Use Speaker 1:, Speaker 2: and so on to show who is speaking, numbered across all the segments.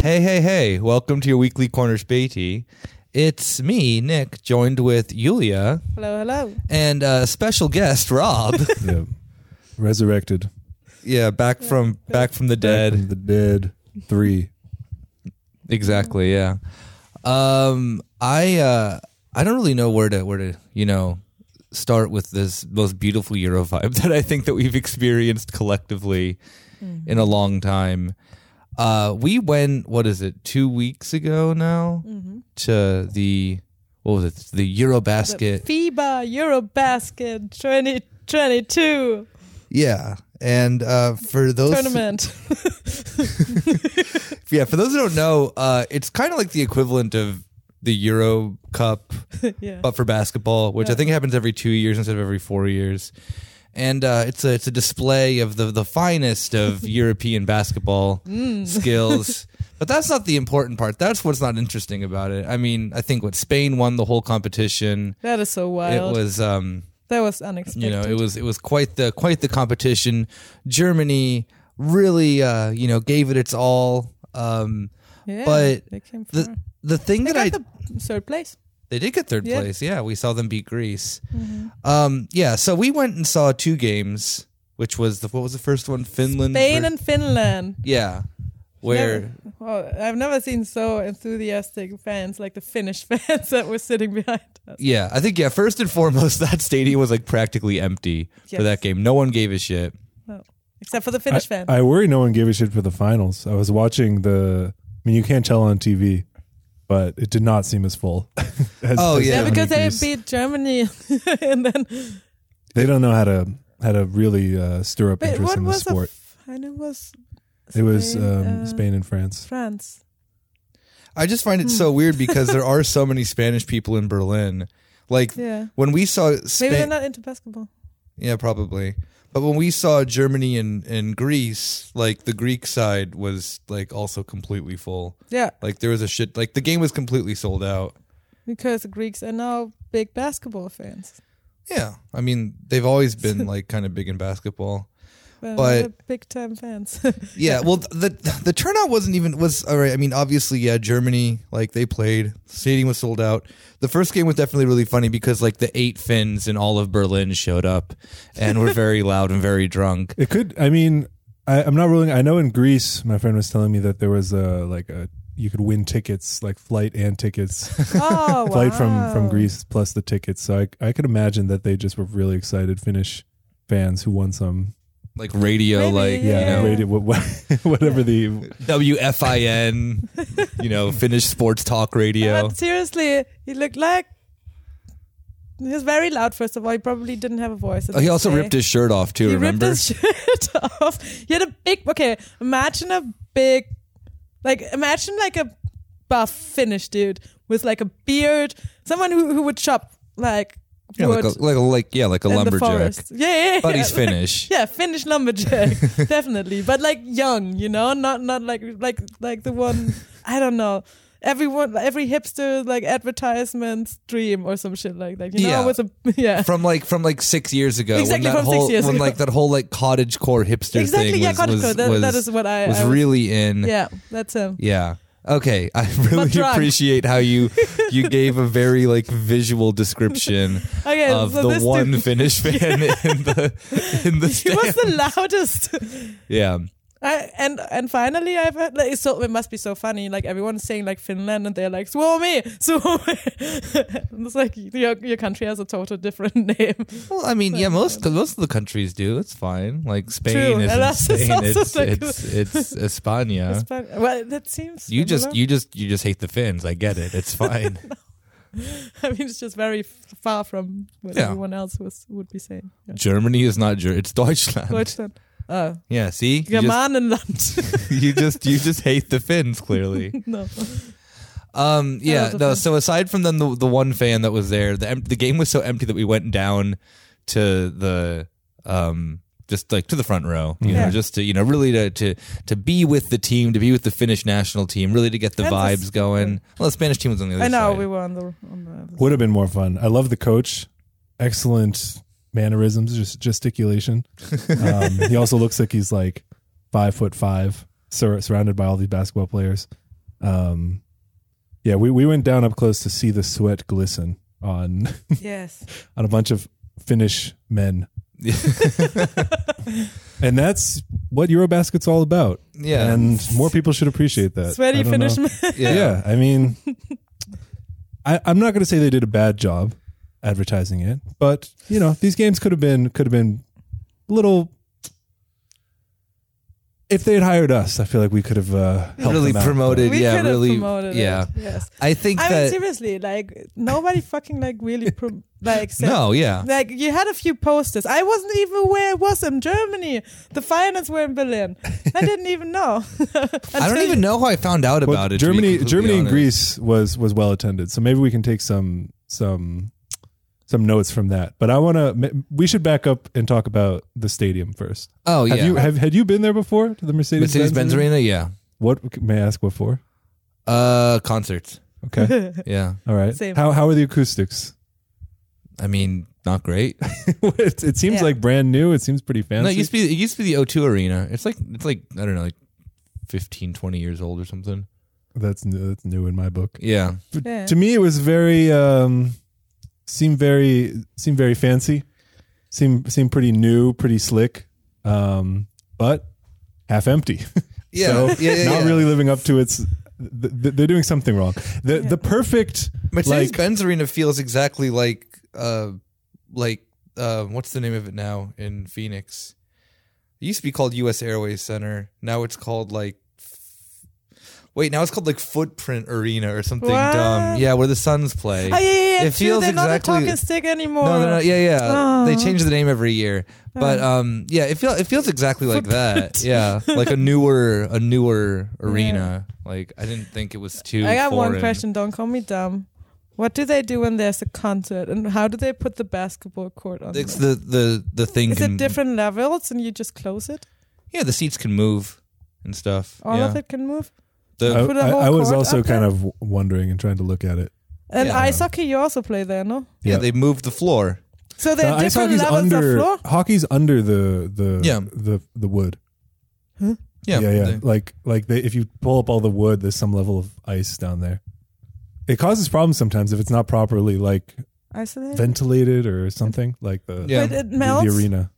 Speaker 1: Hey, hey, hey. Welcome to your weekly Corner Beatty. It's me, Nick, joined with Yulia
Speaker 2: Hello, hello.
Speaker 1: and uh, special guest Rob.
Speaker 3: Yep. Resurrected.
Speaker 1: yeah, back from back from the
Speaker 3: Back
Speaker 1: dead.
Speaker 3: from the dead. Three.
Speaker 1: Exactly, yeah. Um I uh I don't really know where to where to, you know, start with this most beautiful Euro vibe that I think that we've experienced collectively in a long time. Uh we went what is it, two weeks ago now to the what was it? The Eurobasket
Speaker 2: FIBA Eurobasket 2022
Speaker 1: Yeah, and uh, for those
Speaker 2: tournament.
Speaker 1: yeah, for those who don't know, uh, it's kind of like the equivalent of the Euro Cup,
Speaker 2: yeah.
Speaker 1: but for basketball, which I think happens every two years instead of every four years. And uh, it's a it's a display of the the finest of European basketball
Speaker 2: Mm.
Speaker 1: skills. But that's not the important part. That's what's not interesting about it. I mean, I think what Spain won the whole competition.
Speaker 2: That is so
Speaker 1: It
Speaker 2: wild.
Speaker 1: was um,
Speaker 2: that was unexpected.
Speaker 1: you know it was it was quite the quite the competition germany really uh you know gave it its all um
Speaker 2: yeah,
Speaker 1: but
Speaker 2: they came far.
Speaker 1: the the thing
Speaker 2: they
Speaker 1: that i
Speaker 2: got the third place.
Speaker 1: they did get third
Speaker 2: Yeah. Mm-hmm.
Speaker 1: place yeah we saw them beat greece um yeah so we went and saw two games which was the what was the first one finland
Speaker 2: Spain
Speaker 1: ver-
Speaker 2: and Finland.
Speaker 1: yeah where
Speaker 2: Never- oh, I've never seen so enthusiastic fans like the Finnish fans that were sitting behind us.
Speaker 1: Yeah, I think yeah. First and foremost, that stadium was like practically empty for
Speaker 2: Yes.
Speaker 1: that game. No one gave a shit.
Speaker 2: No. Except for the
Speaker 3: I,
Speaker 2: Finnish fans.
Speaker 3: I worry no one gave a shit for the finals. I was watching the. I mean, you can't tell on TV, but it did not seem as full. as-
Speaker 1: Oh,
Speaker 3: as
Speaker 1: yeah.
Speaker 2: yeah,
Speaker 3: Germany,
Speaker 2: because they
Speaker 3: Greece.
Speaker 2: beat Germany and then
Speaker 3: They don't know how to how to really uh, stir up
Speaker 2: Wait,
Speaker 3: interest
Speaker 2: what
Speaker 3: in the
Speaker 2: was the
Speaker 3: sport.
Speaker 2: final was
Speaker 3: it was
Speaker 2: Spain,
Speaker 3: um,
Speaker 2: uh,
Speaker 3: Spain and France.
Speaker 2: France.
Speaker 1: I just find it so
Speaker 2: Hmm.
Speaker 1: weird because there are so many Spanish people in Berlin. Like
Speaker 2: Yeah.
Speaker 1: when we saw Spain,
Speaker 2: Maybe they're not into basketball.
Speaker 1: Yeah, probably. But when we saw Germany and, and Greece, like the Greek side was like also completely full.
Speaker 2: Yeah,
Speaker 1: Like there was a shit like the game was completely sold out.
Speaker 2: because the Greeks are now big basketball fans.
Speaker 1: Yeah. I mean, they've always been like kind of big in basketball.
Speaker 2: Well,
Speaker 1: But-
Speaker 2: they're big time fans.
Speaker 1: Yeah, well the the turnout wasn't even was all right. I mean, obviously, yeah, Germany, like they played, stadium was sold out. The first game was definitely really funny because like the eight Finns in all of Berlin showed up and were very loud and very drunk.
Speaker 3: It could. I mean, I, I'm not ruling. I know in Greece, my friend was telling me that there was a like a you could win tickets like flight and tickets
Speaker 2: oh,
Speaker 3: flight from
Speaker 2: wow.
Speaker 3: from Greece plus the tickets. So I I could imagine that they just were really excited Finnish fans who won some
Speaker 1: Like radio
Speaker 2: Maybe,
Speaker 1: like
Speaker 3: yeah,
Speaker 1: you know
Speaker 3: rated what, what, whatever the
Speaker 1: WFIN, you know, Finnish sports talk radio.
Speaker 2: But seriously, he looked like he was very loud. First of all, he probably didn't have a voice.
Speaker 1: Oh, he also ripped his shirt off too.
Speaker 2: He ripped
Speaker 1: remember?
Speaker 2: his shirt off. He had a big. Okay, imagine a big, like imagine like a buff Finnish dude with like a beard, someone who who would chop like
Speaker 1: yeah,
Speaker 2: wood
Speaker 1: like a, like a like yeah, like a
Speaker 2: in the
Speaker 1: lumberjack.
Speaker 2: forest. Yeah, yeah, yeah.
Speaker 1: But he's
Speaker 2: like-
Speaker 1: Finnish.
Speaker 2: Yeah, Finnish lumberjack, definitely. But like young, you know, not not like like like the one I don't know. Everyone, every hipster like advertisements dream or some shit like that. You know,
Speaker 1: Yeah.
Speaker 2: with a yeah,
Speaker 1: From like from like six years ago,
Speaker 2: Exactly,
Speaker 1: when that
Speaker 2: from six
Speaker 1: whole
Speaker 2: years
Speaker 1: when
Speaker 2: ago.
Speaker 1: like that whole like cottage core hipster
Speaker 2: exactly.
Speaker 1: thing
Speaker 2: yeah,
Speaker 1: was,
Speaker 2: Kotko.
Speaker 1: was,
Speaker 2: that,
Speaker 1: was,
Speaker 2: that is what I
Speaker 1: was
Speaker 2: I
Speaker 1: really in.
Speaker 2: Yeah, that's him.
Speaker 1: Yeah. Okay, I really
Speaker 2: drunk.
Speaker 1: appreciate how you you gave a very like visual description
Speaker 2: Okay,
Speaker 1: of
Speaker 2: so
Speaker 1: the
Speaker 2: this
Speaker 1: one
Speaker 2: dude,
Speaker 1: Finnish fan in the in the
Speaker 2: he was
Speaker 1: stand.
Speaker 2: the loudest.
Speaker 1: Yeah.
Speaker 2: I, and and finally, I've heard, like, it's so it must be so funny. Like everyone's saying like Finland, and they're like Suomi, Suomi. And it's like your your country has a total different name.
Speaker 1: Well, I mean, yeah, most most of the countries do. It's fine. Like Spain
Speaker 2: True.
Speaker 1: is
Speaker 2: Alas, it's
Speaker 1: Spain.
Speaker 2: also
Speaker 1: It's
Speaker 2: like-
Speaker 1: it's it's España.
Speaker 2: It's fun- Well, that seems
Speaker 1: You just
Speaker 2: similar.
Speaker 1: you just you just hate the Finns. I get it. It's fine.
Speaker 2: I mean, it's just very f- far from what
Speaker 1: Yeah.
Speaker 2: everyone else was would be saying. Yeah.
Speaker 1: Germany is not Ger- it's Deutschland.
Speaker 2: Deutschland. Oh,
Speaker 1: Yeah, see? You just,
Speaker 2: Germanenland.
Speaker 1: you just you just hate the Finns clearly.
Speaker 2: no.
Speaker 1: Um yeah,
Speaker 2: love the
Speaker 1: no,
Speaker 2: Finns.
Speaker 1: so aside from them the, the one fan that was there, the em- the game was so empty that we went down to the um just like to the front row, you know,
Speaker 2: Yeah.
Speaker 1: just to you know, really to, to to be with the team, to be with the Finnish national team, really to get the
Speaker 2: That's a
Speaker 1: vibes
Speaker 2: s-
Speaker 1: going. Well, the Spanish team was on the other
Speaker 2: I know
Speaker 1: side.
Speaker 2: we were on the on the.
Speaker 3: would have been more fun. I love the coach. Excellent mannerisms, just gesticulation. Um, he also looks like he's like five foot five. sur- surrounded by all these basketball players. Um, yeah, we, we went down up close to see the sweat glisten on
Speaker 2: yes.
Speaker 3: on a bunch of Finnish men, and that's what Eurobasket's all about.
Speaker 1: yeah.
Speaker 3: and more people should appreciate
Speaker 1: Uh,
Speaker 3: that. I
Speaker 2: Sweaty
Speaker 3: don't
Speaker 2: Finnish
Speaker 3: know.
Speaker 2: man.
Speaker 3: Yeah. I mean, I, I'm not going to say they did a bad job advertising it, but you know, these games could have been could have been little. If they had hired us, I feel like we could have uh, helped
Speaker 1: Really
Speaker 3: them out.
Speaker 1: promoted.
Speaker 2: We
Speaker 1: yeah,
Speaker 2: could have
Speaker 1: really.
Speaker 2: promoted
Speaker 1: yeah.
Speaker 2: It. Yes.
Speaker 1: I think
Speaker 2: I mean,
Speaker 1: that.
Speaker 2: seriously, like nobody fucking like really pro- like said,
Speaker 1: no, yeah.
Speaker 2: Like you had a few posters. I wasn't even aware it was in Germany. The finals were in Berlin. I didn't even know.
Speaker 1: I don't even know how I found out
Speaker 3: Well,
Speaker 1: about it. to be
Speaker 3: Germany,
Speaker 1: completely
Speaker 3: Germany, and
Speaker 1: honest.
Speaker 3: Greece was was well attended, so maybe we can take some some some notes from that. But I want to. We should back up and talk about the stadium first.
Speaker 1: Oh, yeah.
Speaker 3: Have you have had you been there before to the Mercedes
Speaker 1: Mercedes Benz Arena? Yeah.
Speaker 3: What may I ask? What for?
Speaker 1: Uh, concerts.
Speaker 3: Okay.
Speaker 1: Yeah.
Speaker 3: All right.
Speaker 2: Same.
Speaker 3: How how are the acoustics?
Speaker 1: I mean, not great.
Speaker 3: it, it seems
Speaker 2: Yeah.
Speaker 3: like brand new. It seems pretty fancy.
Speaker 1: No, it used to be it used to be the O2 Arena. It's like it's like I don't know, like 15, 20 years old or something.
Speaker 3: that's new, that's new in my book.
Speaker 1: Yeah.
Speaker 3: But
Speaker 2: Yeah.
Speaker 3: To me, it was very um, seemed very seemed very fancy. Seemed seemed pretty new, pretty slick, um, but half empty.
Speaker 1: Yeah.
Speaker 3: so
Speaker 1: yeah, yeah,
Speaker 3: not
Speaker 1: yeah.
Speaker 3: really living up to its. Th- th- they're doing something wrong. The the perfect
Speaker 1: Mercedes
Speaker 3: like
Speaker 1: Benz Arena feels exactly like uh like uh what's the name of it now in Phoenix? It used to be called US Airways Center. Now it's called like Wait, now it's called like Footprint Arena or something
Speaker 2: What?
Speaker 1: dumb. Yeah, where the Suns play.
Speaker 2: Oh yeah, yeah, yeah.
Speaker 1: It
Speaker 2: true.
Speaker 1: feels
Speaker 2: They're
Speaker 1: exactly-
Speaker 2: not a talking stick anymore.
Speaker 1: No, no, no. Yeah, yeah.
Speaker 2: Oh.
Speaker 1: They change the name every year, but um, yeah, it feels it feels exactly like that. Yeah, like a newer a newer arena. Like I didn't think it was too.
Speaker 2: I got one
Speaker 1: foreign.
Speaker 2: question. Don't call me dumb. What do they do when there's a concert, and how do they put the basketball court on?
Speaker 1: It's
Speaker 2: Is
Speaker 1: the the the thing. can,
Speaker 2: it different levels, and you just close it?
Speaker 1: Yeah, the seats can move and stuff.
Speaker 2: All
Speaker 1: yeah.
Speaker 2: of it can move.
Speaker 1: The-
Speaker 3: I,
Speaker 2: Put a whole
Speaker 3: I- I was
Speaker 2: court
Speaker 3: also
Speaker 2: up
Speaker 3: kind
Speaker 2: there?
Speaker 3: of w- wondering and trying to look at it.
Speaker 2: And
Speaker 1: Yeah.
Speaker 2: ice hockey, you also play there, no?
Speaker 1: yeah,
Speaker 3: yeah.
Speaker 1: they moved the floor.
Speaker 2: So there
Speaker 3: Uh,
Speaker 2: are
Speaker 3: ice
Speaker 2: different
Speaker 3: hockey's
Speaker 2: levels
Speaker 3: under
Speaker 2: of floor.
Speaker 3: hockey's under the the
Speaker 1: Yeah.
Speaker 3: the the wood.
Speaker 1: Yeah,
Speaker 3: yeah, yeah.
Speaker 1: they-
Speaker 3: like like they, if you pull up all the wood, there's some level of ice down there. It causes problems sometimes if it's not properly like
Speaker 2: Isolated.
Speaker 3: ventilated or something like the
Speaker 1: Yeah.
Speaker 2: But it
Speaker 3: the,
Speaker 2: melts.
Speaker 3: the arena.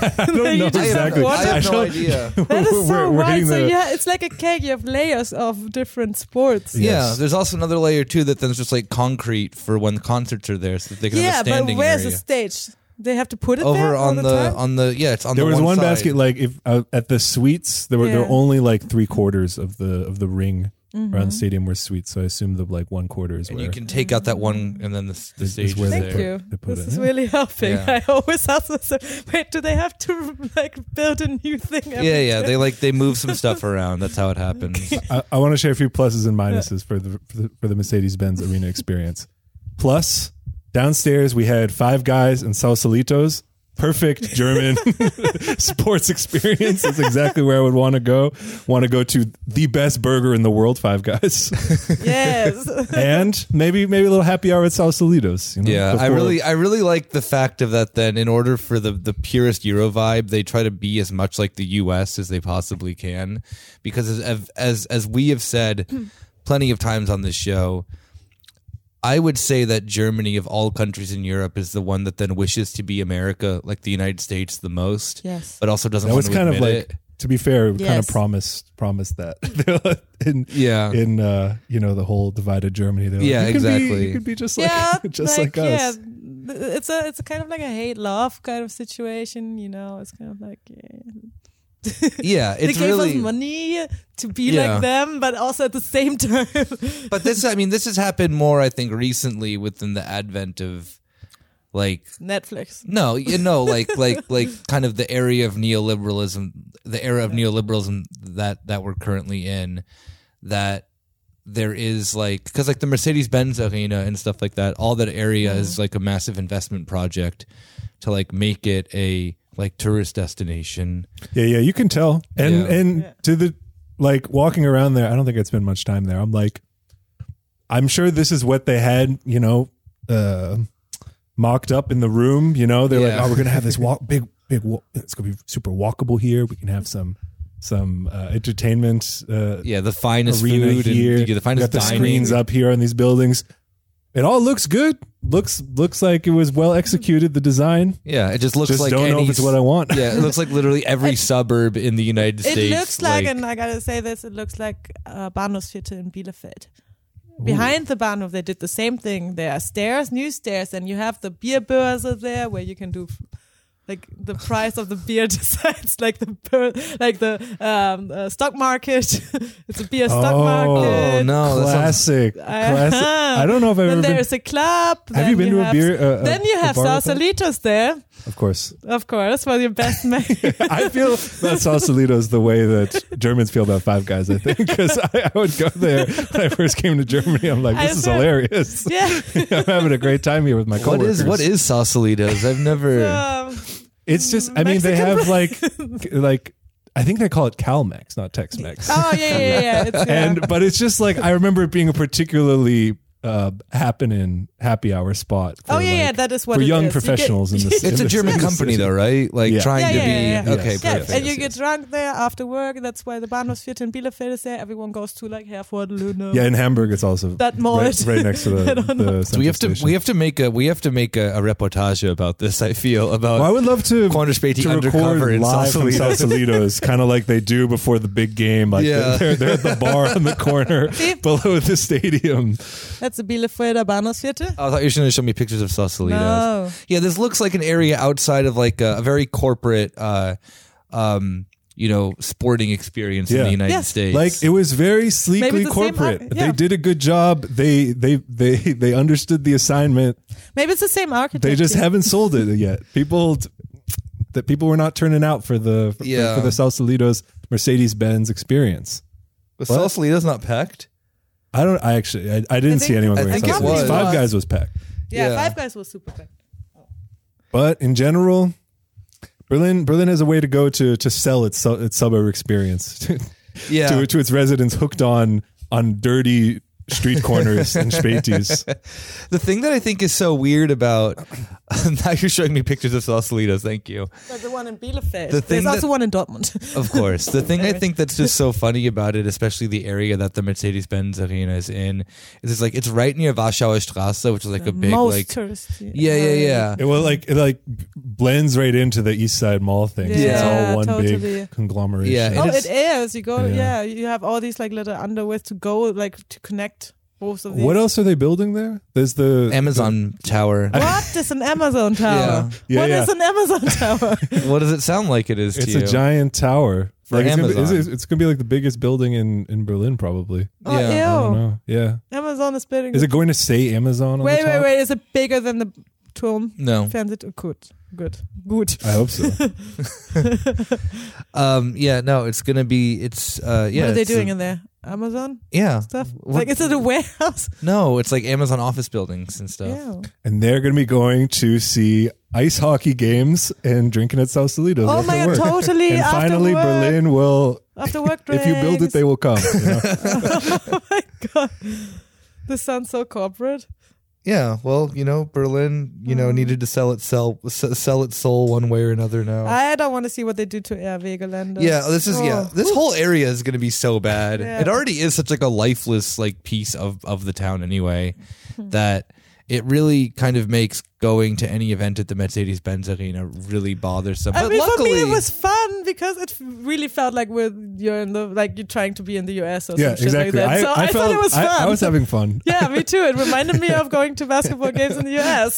Speaker 3: I don't
Speaker 2: You
Speaker 3: know
Speaker 2: just have
Speaker 3: exactly.
Speaker 2: water?
Speaker 1: I have no
Speaker 3: I don't-
Speaker 1: idea.
Speaker 2: That
Speaker 3: we're-
Speaker 2: is so
Speaker 3: we're hitting
Speaker 2: wild. So
Speaker 3: the-
Speaker 2: yeah, it's like a cake. You have layers of different sports.
Speaker 3: Yeah.
Speaker 1: Yeah,
Speaker 3: Yes.
Speaker 1: there's also another layer too that then's just like concrete for when the concerts are there, so that they can
Speaker 2: Yeah,
Speaker 1: have a
Speaker 2: but
Speaker 1: standing
Speaker 2: where's
Speaker 1: area.
Speaker 2: the stage? They have to put it
Speaker 1: Over
Speaker 2: there all
Speaker 1: on
Speaker 2: the,
Speaker 1: the,
Speaker 2: time?
Speaker 1: on the yeah, it's on
Speaker 3: There
Speaker 1: the
Speaker 3: was one,
Speaker 1: one side.
Speaker 3: basket like if uh, at the suites there were there were
Speaker 2: Yeah.
Speaker 3: only like three quarters of the of the ring
Speaker 2: Mm-hmm.
Speaker 3: around the stadium were suites, so I assume the like one quarter is
Speaker 1: and
Speaker 3: where
Speaker 1: you can take out that one, and then the, the
Speaker 3: Is- is
Speaker 1: stage
Speaker 3: where
Speaker 1: is
Speaker 3: they
Speaker 2: Thank
Speaker 1: there.
Speaker 3: put-
Speaker 2: you.
Speaker 3: they put
Speaker 2: This
Speaker 3: it
Speaker 2: is
Speaker 3: in.
Speaker 2: really helping.
Speaker 1: Yeah.
Speaker 2: I always ask myself, wait, do they have to like build a new thing? every
Speaker 1: Yeah, yeah.
Speaker 2: day?
Speaker 1: They like they move some stuff around. That's how it happens.
Speaker 3: I, I want to share a few pluses and minuses for the for the, for the Mercedes Benz Arena experience. Plus, downstairs we had five guys and Sausalitos. Perfect German sports experience. That's exactly where I would want to go. Want to go to the best burger in the world, Five Guys,
Speaker 2: yes.
Speaker 3: and maybe maybe a little happy hour at Sausalitos. You know,
Speaker 1: Yeah, I
Speaker 3: before-
Speaker 1: really, I really like the fact of that. Then, in order for the the purest Euro vibe, they try to be as much like the U.S. as they possibly can, because as as as we have said plenty of times on this show, I would say that Germany, of all countries in Europe, is the one that then wishes to be America, like the United States, the most.
Speaker 2: Yes.
Speaker 1: but also doesn't.
Speaker 3: that
Speaker 1: want
Speaker 3: was
Speaker 1: to
Speaker 3: kind of
Speaker 1: admit
Speaker 3: like.
Speaker 1: it.
Speaker 3: To be fair, it kind of
Speaker 2: Yes.
Speaker 3: promised promised that in
Speaker 1: Yeah.
Speaker 3: in uh, you know the whole divided Germany. They're like,
Speaker 1: Yeah,
Speaker 3: "You could be-
Speaker 1: exactly.
Speaker 3: you could be just like just like, us.
Speaker 2: Yeah, th- it's a it's a kind of like a hate love kind of situation. You know, it's kind of like yeah.
Speaker 1: yeah,
Speaker 2: they
Speaker 1: it's
Speaker 2: gave
Speaker 1: really
Speaker 2: us money to be
Speaker 1: Yeah.
Speaker 2: like them, but also at the same time.
Speaker 1: But this, I mean, this has happened more, I think, recently within the advent of like
Speaker 2: Netflix.
Speaker 1: no, you know, like like like kind of the area of neoliberalism, the era of neoliberalism that that we're currently in, that there is like because like the Mercedes Benz Arena and stuff like that, all that area
Speaker 3: Mm-hmm.
Speaker 1: is like a massive investment project to like make it a like tourist destination.
Speaker 3: Yeah, yeah, you can tell. And
Speaker 1: Yeah.
Speaker 3: and to the like walking around there, I don't think I spent much time there. I'm like, I'm sure this is what they had, you know, uh, mocked up in the room. You know, they're
Speaker 1: Yeah.
Speaker 3: like, oh, we're gonna have this walk, big, big. Walk. It's gonna be super walkable here. We can have some some uh, entertainment uh,
Speaker 1: Yeah, the finest
Speaker 3: arena
Speaker 1: food
Speaker 3: here.
Speaker 1: and you get the finest
Speaker 3: got the
Speaker 1: dining.
Speaker 3: screens up here on these buildings. It all looks good. Looks looks like it was well executed. The design.
Speaker 1: Yeah, it just looks
Speaker 3: Just
Speaker 1: like
Speaker 3: don't
Speaker 1: any,
Speaker 3: know if it's what I want.
Speaker 1: yeah, it looks like literally every suburb in the United
Speaker 2: It
Speaker 1: States.
Speaker 2: looks like, and I gotta say this, it looks like uh, Bahnhofsviertel in Bielefeld. Behind the Bahnhof, they did the same thing. There are stairs, new stairs, and you have the beer börse there where you can do. Like the price of the beer decides, like the per, like the um, uh, stock market. it's a beer stock
Speaker 3: Oh,
Speaker 1: oh
Speaker 2: market.
Speaker 1: no, that sounds,
Speaker 3: classic. classic. I don't know if I've
Speaker 2: Then
Speaker 3: ever been.
Speaker 2: there's a club.
Speaker 3: Have
Speaker 2: then
Speaker 3: you been to a
Speaker 2: have-
Speaker 3: beer? Uh,
Speaker 2: then
Speaker 3: a-
Speaker 2: you
Speaker 3: a
Speaker 2: have
Speaker 3: bar with that?
Speaker 2: Sausalitos there,
Speaker 3: Of course.
Speaker 2: of course, for your best mate.
Speaker 3: I feel that Sausalito is the way that Germans feel about Five Guys. I think because I, I would go there when I first came to Germany. I'm like,
Speaker 2: I
Speaker 3: this is
Speaker 2: feel-
Speaker 3: hilarious.
Speaker 2: yeah.
Speaker 3: I'm having a great time here with my
Speaker 1: what
Speaker 3: coworkers.
Speaker 1: is what is Sausalitos? I've never.
Speaker 2: Um,
Speaker 3: It's just. I mean, they have like like I think they call it Calmex, not Tex-Mex.
Speaker 2: oh yeah, yeah, yeah. It's, yeah.
Speaker 3: and but it's just like I remember it being a particularly uh, happening happy hour spot. For,
Speaker 2: oh yeah, yeah,
Speaker 3: like,
Speaker 2: that is what
Speaker 3: for
Speaker 2: it
Speaker 3: young
Speaker 2: is. You get-
Speaker 3: professionals in
Speaker 1: It's
Speaker 3: this. in
Speaker 1: a
Speaker 3: this-
Speaker 1: German
Speaker 3: in this
Speaker 1: company
Speaker 3: city.
Speaker 1: though, right? Like
Speaker 3: Yeah.
Speaker 1: trying
Speaker 2: Yeah,
Speaker 1: to
Speaker 2: yeah,
Speaker 1: be
Speaker 2: yeah, yeah.
Speaker 1: okay,
Speaker 3: Yes.
Speaker 2: Yeah,
Speaker 1: perfect.
Speaker 2: and you
Speaker 3: yes,
Speaker 2: get drunk there after work. That's why the Bahnhofsviertel in Bielefeld is there. Everyone goes to like Herford, Lüne.
Speaker 3: Yeah, in Hamburg, it's also
Speaker 2: That mall.
Speaker 3: right, right next to
Speaker 2: I
Speaker 3: the.
Speaker 2: don't
Speaker 3: the
Speaker 1: So we have to
Speaker 3: central
Speaker 1: we
Speaker 3: station.
Speaker 1: have to make a we have to make a, a reportage about this. I feel about
Speaker 3: Well, I would love to
Speaker 1: Quanderspetti
Speaker 3: to
Speaker 1: undercover
Speaker 3: record
Speaker 1: in
Speaker 3: live from
Speaker 1: Sausalito.
Speaker 3: Sausalitos, kind of like they do before the big game. Like
Speaker 1: Yeah.
Speaker 3: they're, they're at the bar on the corner
Speaker 2: See?
Speaker 3: below the stadium.
Speaker 2: That's the Bielefelder Bahnhofsviertel.
Speaker 3: Oh.
Speaker 1: I thought you were going to show me pictures of Sausalitos.
Speaker 2: No.
Speaker 1: Yeah, this looks like an area outside of like a, a very corporate, uh, um, you know, sporting experience in
Speaker 3: Yeah.
Speaker 1: the United
Speaker 2: Yes.
Speaker 1: States.
Speaker 3: Like it was very
Speaker 2: the
Speaker 3: sleekly
Speaker 2: same
Speaker 3: corporate.
Speaker 2: ar- yeah.
Speaker 3: They did a good job. They they they they understood the assignment.
Speaker 2: Maybe it's the same architect.
Speaker 3: They just haven't sold it yet. People that people were not turning out for the for,
Speaker 1: Yeah.
Speaker 3: for the Sausalitos Mercedes Benz experience.
Speaker 1: was
Speaker 3: What?
Speaker 1: Sausalitos not packed?
Speaker 3: I don't. I actually I, I didn't
Speaker 2: I
Speaker 3: see
Speaker 2: think-
Speaker 3: anyone
Speaker 1: I
Speaker 3: wearing
Speaker 1: think it was.
Speaker 3: Sausalitos. Five Guys was packed.
Speaker 2: Yeah,
Speaker 1: Yeah.
Speaker 2: Five Guys was super bad.
Speaker 3: But in general, Berlin Berlin has a way to go to to sell its su- its suburb experience to,
Speaker 1: Yeah.
Speaker 3: to its residents hooked on on dirty street corners and spätis.
Speaker 1: The thing that I think is so weird about now you're showing me pictures of Sausalitos. Thank you.
Speaker 2: But the one in Bielefeld.
Speaker 1: The thing
Speaker 2: There's also
Speaker 1: that-
Speaker 2: one in Dortmund.
Speaker 1: Of course. The thing I
Speaker 2: Sorry.
Speaker 1: think that's just so funny about it, especially the area that the Mercedes Benz Arena is in, is it's like it's right near Warschauer Straße, which is like a big
Speaker 2: Most
Speaker 1: like
Speaker 2: touristy.
Speaker 1: yeah, yeah, yeah.
Speaker 3: It well like it like blends right into the East Side Mall thing. Yeah, it's
Speaker 1: Yeah,
Speaker 3: all one
Speaker 2: totally.
Speaker 3: big conglomeration.
Speaker 1: Yeah,
Speaker 2: Oh,
Speaker 1: It is-
Speaker 2: it is. You go. Yeah.
Speaker 3: Yeah.
Speaker 2: you have all these like little underways to go, like to connect both of these.
Speaker 3: what else are they building there? There's the
Speaker 1: Amazon Tower.
Speaker 2: What is an Amazon tower? What is
Speaker 3: Yeah, yeah.
Speaker 2: an Amazon tower?
Speaker 1: what does it sound like it is
Speaker 3: It's
Speaker 1: to you?
Speaker 3: a giant tower.
Speaker 1: For
Speaker 3: it's, gonna be,
Speaker 1: Amazon.
Speaker 3: it's, it's gonna be like the biggest building in, in Berlin, probably.
Speaker 2: Oh,
Speaker 1: Yeah, I
Speaker 3: I don't
Speaker 2: ew.
Speaker 3: know. Yeah.
Speaker 2: Amazon is building.
Speaker 3: Is it going to say Amazon on
Speaker 2: wait,
Speaker 3: the top?
Speaker 2: wait, wait. Is it bigger than the Turm?
Speaker 1: No.
Speaker 2: Fernseh Good. Good. Good.
Speaker 3: I hope so.
Speaker 1: Um. Yeah. No. It's gonna be. It's. Uh. Yeah.
Speaker 2: what are they
Speaker 1: it's
Speaker 2: doing
Speaker 1: a-
Speaker 2: in there? Amazon
Speaker 1: yeah.
Speaker 2: stuff?
Speaker 1: What-
Speaker 2: Like, is it a warehouse?
Speaker 1: No. It's like Amazon office buildings and stuff.
Speaker 2: Yeah.
Speaker 3: and they're going to be going to see ice hockey games and drinking at Sausalito.
Speaker 2: Oh my god, totally.
Speaker 3: And
Speaker 2: after
Speaker 3: finally,
Speaker 2: work,
Speaker 3: Berlin will.
Speaker 2: After work drinks.
Speaker 3: If you build it, they will come. you know?
Speaker 2: oh my god. This sounds so corporate.
Speaker 1: Yeah. Well, you know, Berlin, you
Speaker 2: Mm.
Speaker 1: know, needed to sell its sell s- sell its soul one way or another
Speaker 3: Oh.
Speaker 1: now.
Speaker 2: I don't want to see what they do to Erwegeländer.
Speaker 1: yeah, this is yeah.
Speaker 2: Oh.
Speaker 1: This whole area is going to be so bad.
Speaker 2: Yeah.
Speaker 1: It already is such like a lifeless like piece of of the town anyway
Speaker 2: Hmm.
Speaker 1: that it really kind of makes going to any event at the Mercedes-Benz Arena really bothersome.
Speaker 2: I
Speaker 1: but
Speaker 2: mean,
Speaker 1: luckily
Speaker 2: for me, it was fun because it really felt like we're you're in the like you're trying to be in the US or
Speaker 3: yeah,
Speaker 2: some shit
Speaker 3: exactly.
Speaker 2: like that. So I, thought it was fun.
Speaker 3: I, I was having fun.
Speaker 2: yeah, me too. It reminded me of going to basketball games in the US.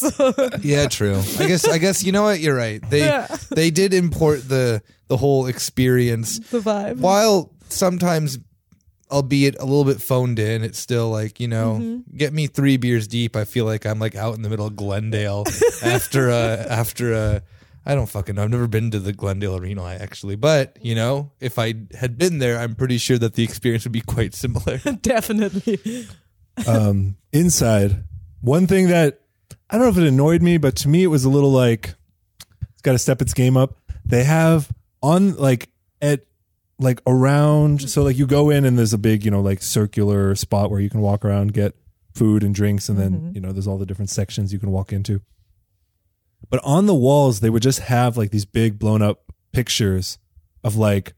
Speaker 1: Yeah, true. I guess I guess you know what you're right. They
Speaker 2: Yeah.
Speaker 1: they did import the the whole experience.
Speaker 2: the vibe.
Speaker 1: While sometimes albeit a little bit phoned in, it's still like, you know,
Speaker 3: Mm-hmm.
Speaker 1: get me 3 beers deep, I feel like I'm like out in the middle of Glendale after a after a I don't fucking know. I've never been to the Glendale Arena actually, but, you know, if I had been there, I'm pretty sure that the experience would be quite similar.
Speaker 2: Definitely.
Speaker 3: um, inside. One thing that I don't know if it annoyed me, but to me it was a little like it's got to step its game up. They have on like at like around so like you go in and there's a big you know like circular spot where you can walk around get food and drinks and then you know there's all the different sections you can walk into. But on the walls they would just have like these big blown up pictures of like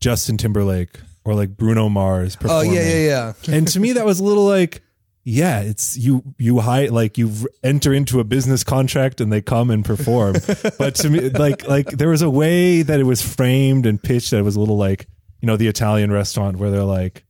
Speaker 3: Justin Timberlake or like Bruno Mars
Speaker 1: Oh
Speaker 3: performing.
Speaker 1: yeah, yeah, yeah.
Speaker 3: and to me that was a little like yeah it's you you high like you enter into a business contract and they come and perform but to me like like there was a way that it was framed and pitched that was a little like you know the italian restaurant where they're like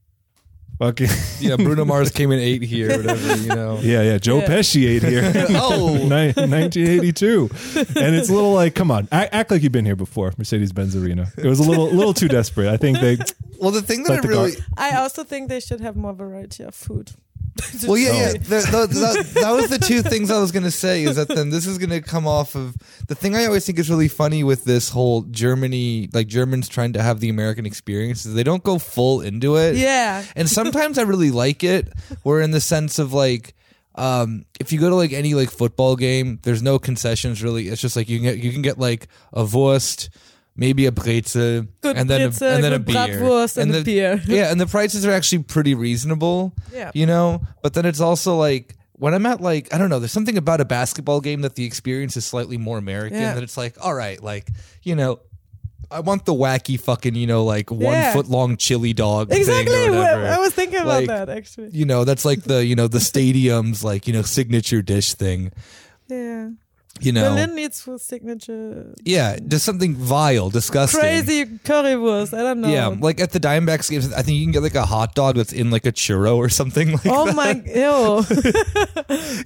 Speaker 3: fucking
Speaker 1: Yeah, Bruno Mars came in eight here, or whatever, you know.
Speaker 3: yeah yeah joe
Speaker 2: Yeah.
Speaker 3: pesci ate here
Speaker 1: Oh,
Speaker 3: Ni- 1982 and it's a little like come on act, act like you've been here before mercedes-benz arena it was a little little too desperate i think they
Speaker 1: well, the thing that
Speaker 3: Like
Speaker 1: I
Speaker 3: the gar-
Speaker 1: really,
Speaker 2: I also think they should have more variety of food.
Speaker 1: well, yeah,
Speaker 3: Oh.
Speaker 1: yeah. The, the, the, that was the two things I was gonna say. Is that then this is gonna come off of the thing I always think is really funny with this whole Germany, like Germans trying to have the American experience, is they don't go full into it.
Speaker 2: Yeah.
Speaker 1: and sometimes I really like it. Where in the sense of like, um, if you go to like any like football game, there's no concessions really. It's just like you can get you can get like a Wurst, maybe a Brezel,
Speaker 2: Good
Speaker 1: and then
Speaker 2: pizza,
Speaker 1: a, and then a
Speaker 2: good
Speaker 1: beer,
Speaker 2: bratwurst and a
Speaker 1: the-
Speaker 2: beer.
Speaker 1: yeah, and the prices are actually pretty reasonable.
Speaker 2: Yeah.
Speaker 1: you know. But then it's also like. When I'm at like I don't know, there's something about a basketball game that the experience is slightly more American.
Speaker 2: Yeah.
Speaker 1: That it's like, all right, like you know, I want the wacky fucking you know like one
Speaker 2: Yeah.
Speaker 1: foot long chili dog thing or
Speaker 2: Exactly.
Speaker 1: whatever
Speaker 2: I was thinking about
Speaker 1: Like,
Speaker 2: that actually.
Speaker 1: you know that's like the you know the stadium's like you know signature dish thing
Speaker 2: Yeah.
Speaker 1: you know
Speaker 2: Berlin needs for signature
Speaker 1: yeah just something vile disgusting
Speaker 2: crazy um, currywurst. I don't know.
Speaker 1: yeah like at the Diamondbacks games I think you can get like a hot dog that's in like a churro or something like
Speaker 2: oh my ew.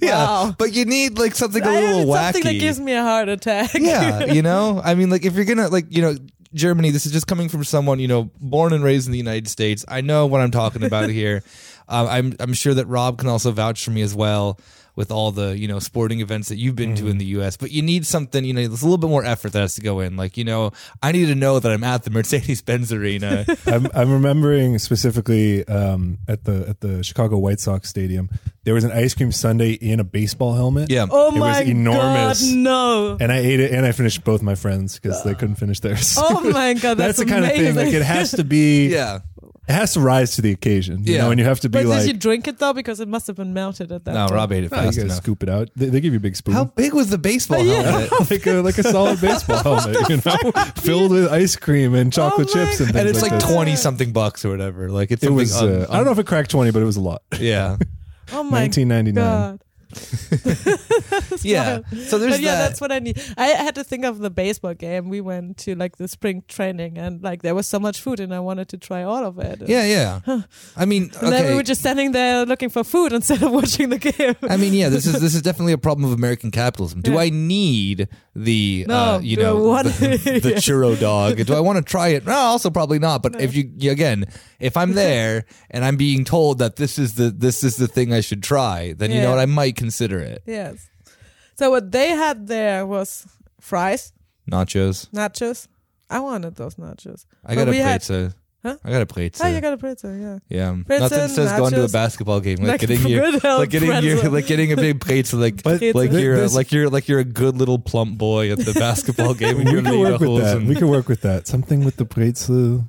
Speaker 1: yeah
Speaker 2: Oh, wow.
Speaker 1: but you need like something a
Speaker 2: I
Speaker 1: little
Speaker 2: need
Speaker 1: wacky
Speaker 2: Something that gives me a heart attack.
Speaker 1: yeah you know I mean like if you're gonna like you know Germany this is just coming from someone you know born and raised in the United States I know what I'm talking about here um, I'm I'm sure that Rob can also vouch for me as well with all the you know sporting events that you've been to
Speaker 3: Mm.
Speaker 1: in the U.S. But you need something you know there's a little bit more effort that has to go in. Like you know I need to know that I'm at the Mercedes Benz Arena.
Speaker 3: I'm, I'm remembering specifically um, at the at the Chicago White Sox stadium, there was an ice cream sundae in a baseball helmet.
Speaker 1: Yeah.
Speaker 2: Oh
Speaker 3: It was
Speaker 2: my
Speaker 3: enormous.
Speaker 2: god, no.
Speaker 3: and I ate it, and I finished both my friends because they couldn't finish theirs.
Speaker 2: Oh my god, that's,
Speaker 3: that's, the kind
Speaker 2: amazing.
Speaker 3: of thing. Like it has to be.
Speaker 1: yeah.
Speaker 3: It has to rise to the occasion. You
Speaker 1: Yeah.
Speaker 3: know, and you have to be
Speaker 2: But
Speaker 3: like.
Speaker 2: did you drink it though? Because it must have been melted at that.
Speaker 1: No,
Speaker 2: time.
Speaker 1: Rob ate it
Speaker 3: "Ah, you
Speaker 1: fast
Speaker 3: gotta
Speaker 1: enough.
Speaker 3: scoop it out. They, they give you a big spoon.
Speaker 1: How big was the baseball
Speaker 2: Yeah.
Speaker 1: helmet?
Speaker 3: like a like a solid baseball helmet, you know, filled with ice cream and chocolate
Speaker 2: Oh my
Speaker 3: chips and things
Speaker 1: And it's like
Speaker 3: that.
Speaker 2: that.
Speaker 1: twenty something bucks or whatever. Like it's
Speaker 3: It
Speaker 1: something
Speaker 3: was.
Speaker 1: un-
Speaker 3: uh, I don't know if it cracked twenty, but it was a lot.
Speaker 1: yeah.
Speaker 2: Oh my
Speaker 3: Nineteen ninety
Speaker 2: god.
Speaker 3: nine.
Speaker 1: Yeah. So there's
Speaker 2: but yeah,
Speaker 1: that.
Speaker 2: that's what I need. I had to think of the baseball game. We went to like the spring training, and like there was so much food, and I wanted to try all of it.
Speaker 1: yeah, yeah. I mean, okay.
Speaker 2: And then we were just standing there looking for food instead of watching the game.
Speaker 1: I mean, yeah, this is this is definitely a problem of American capitalism. Do
Speaker 2: Yeah.
Speaker 1: I need the
Speaker 2: No,
Speaker 1: uh, you
Speaker 2: do I
Speaker 1: know
Speaker 2: want
Speaker 1: the,
Speaker 2: it?
Speaker 1: the
Speaker 2: Yeah.
Speaker 1: churro dog? Do I want to try it? No, also probably not. But if you you- again, if I'm there and I'm being told that this is the this is the thing I should try, then you
Speaker 2: Yeah.
Speaker 1: know what I might consider it.
Speaker 2: yes. So what they had there was fries,
Speaker 1: Nachos.
Speaker 2: nachos. I wanted those nachos.
Speaker 1: I
Speaker 2: But
Speaker 1: got a
Speaker 2: we had-
Speaker 1: pizza.
Speaker 2: Huh?
Speaker 1: I got a pizza.
Speaker 2: Oh, you got a pretzel, yeah.
Speaker 1: yeah,
Speaker 2: pretzel,
Speaker 1: nothing says going to a
Speaker 2: nachos.
Speaker 1: basketball game like,
Speaker 2: Like
Speaker 1: getting your
Speaker 2: good old
Speaker 1: like getting your
Speaker 2: pretzel.
Speaker 1: like getting a big pizza like
Speaker 3: But
Speaker 1: like
Speaker 2: Pizza.
Speaker 1: you're a,
Speaker 3: This-
Speaker 1: like you're like you're a good little plump boy at the basketball game. and
Speaker 3: we
Speaker 1: you're
Speaker 3: could work with
Speaker 1: Legos
Speaker 3: that.
Speaker 1: and-
Speaker 3: We could work with that. Something with the pretzel.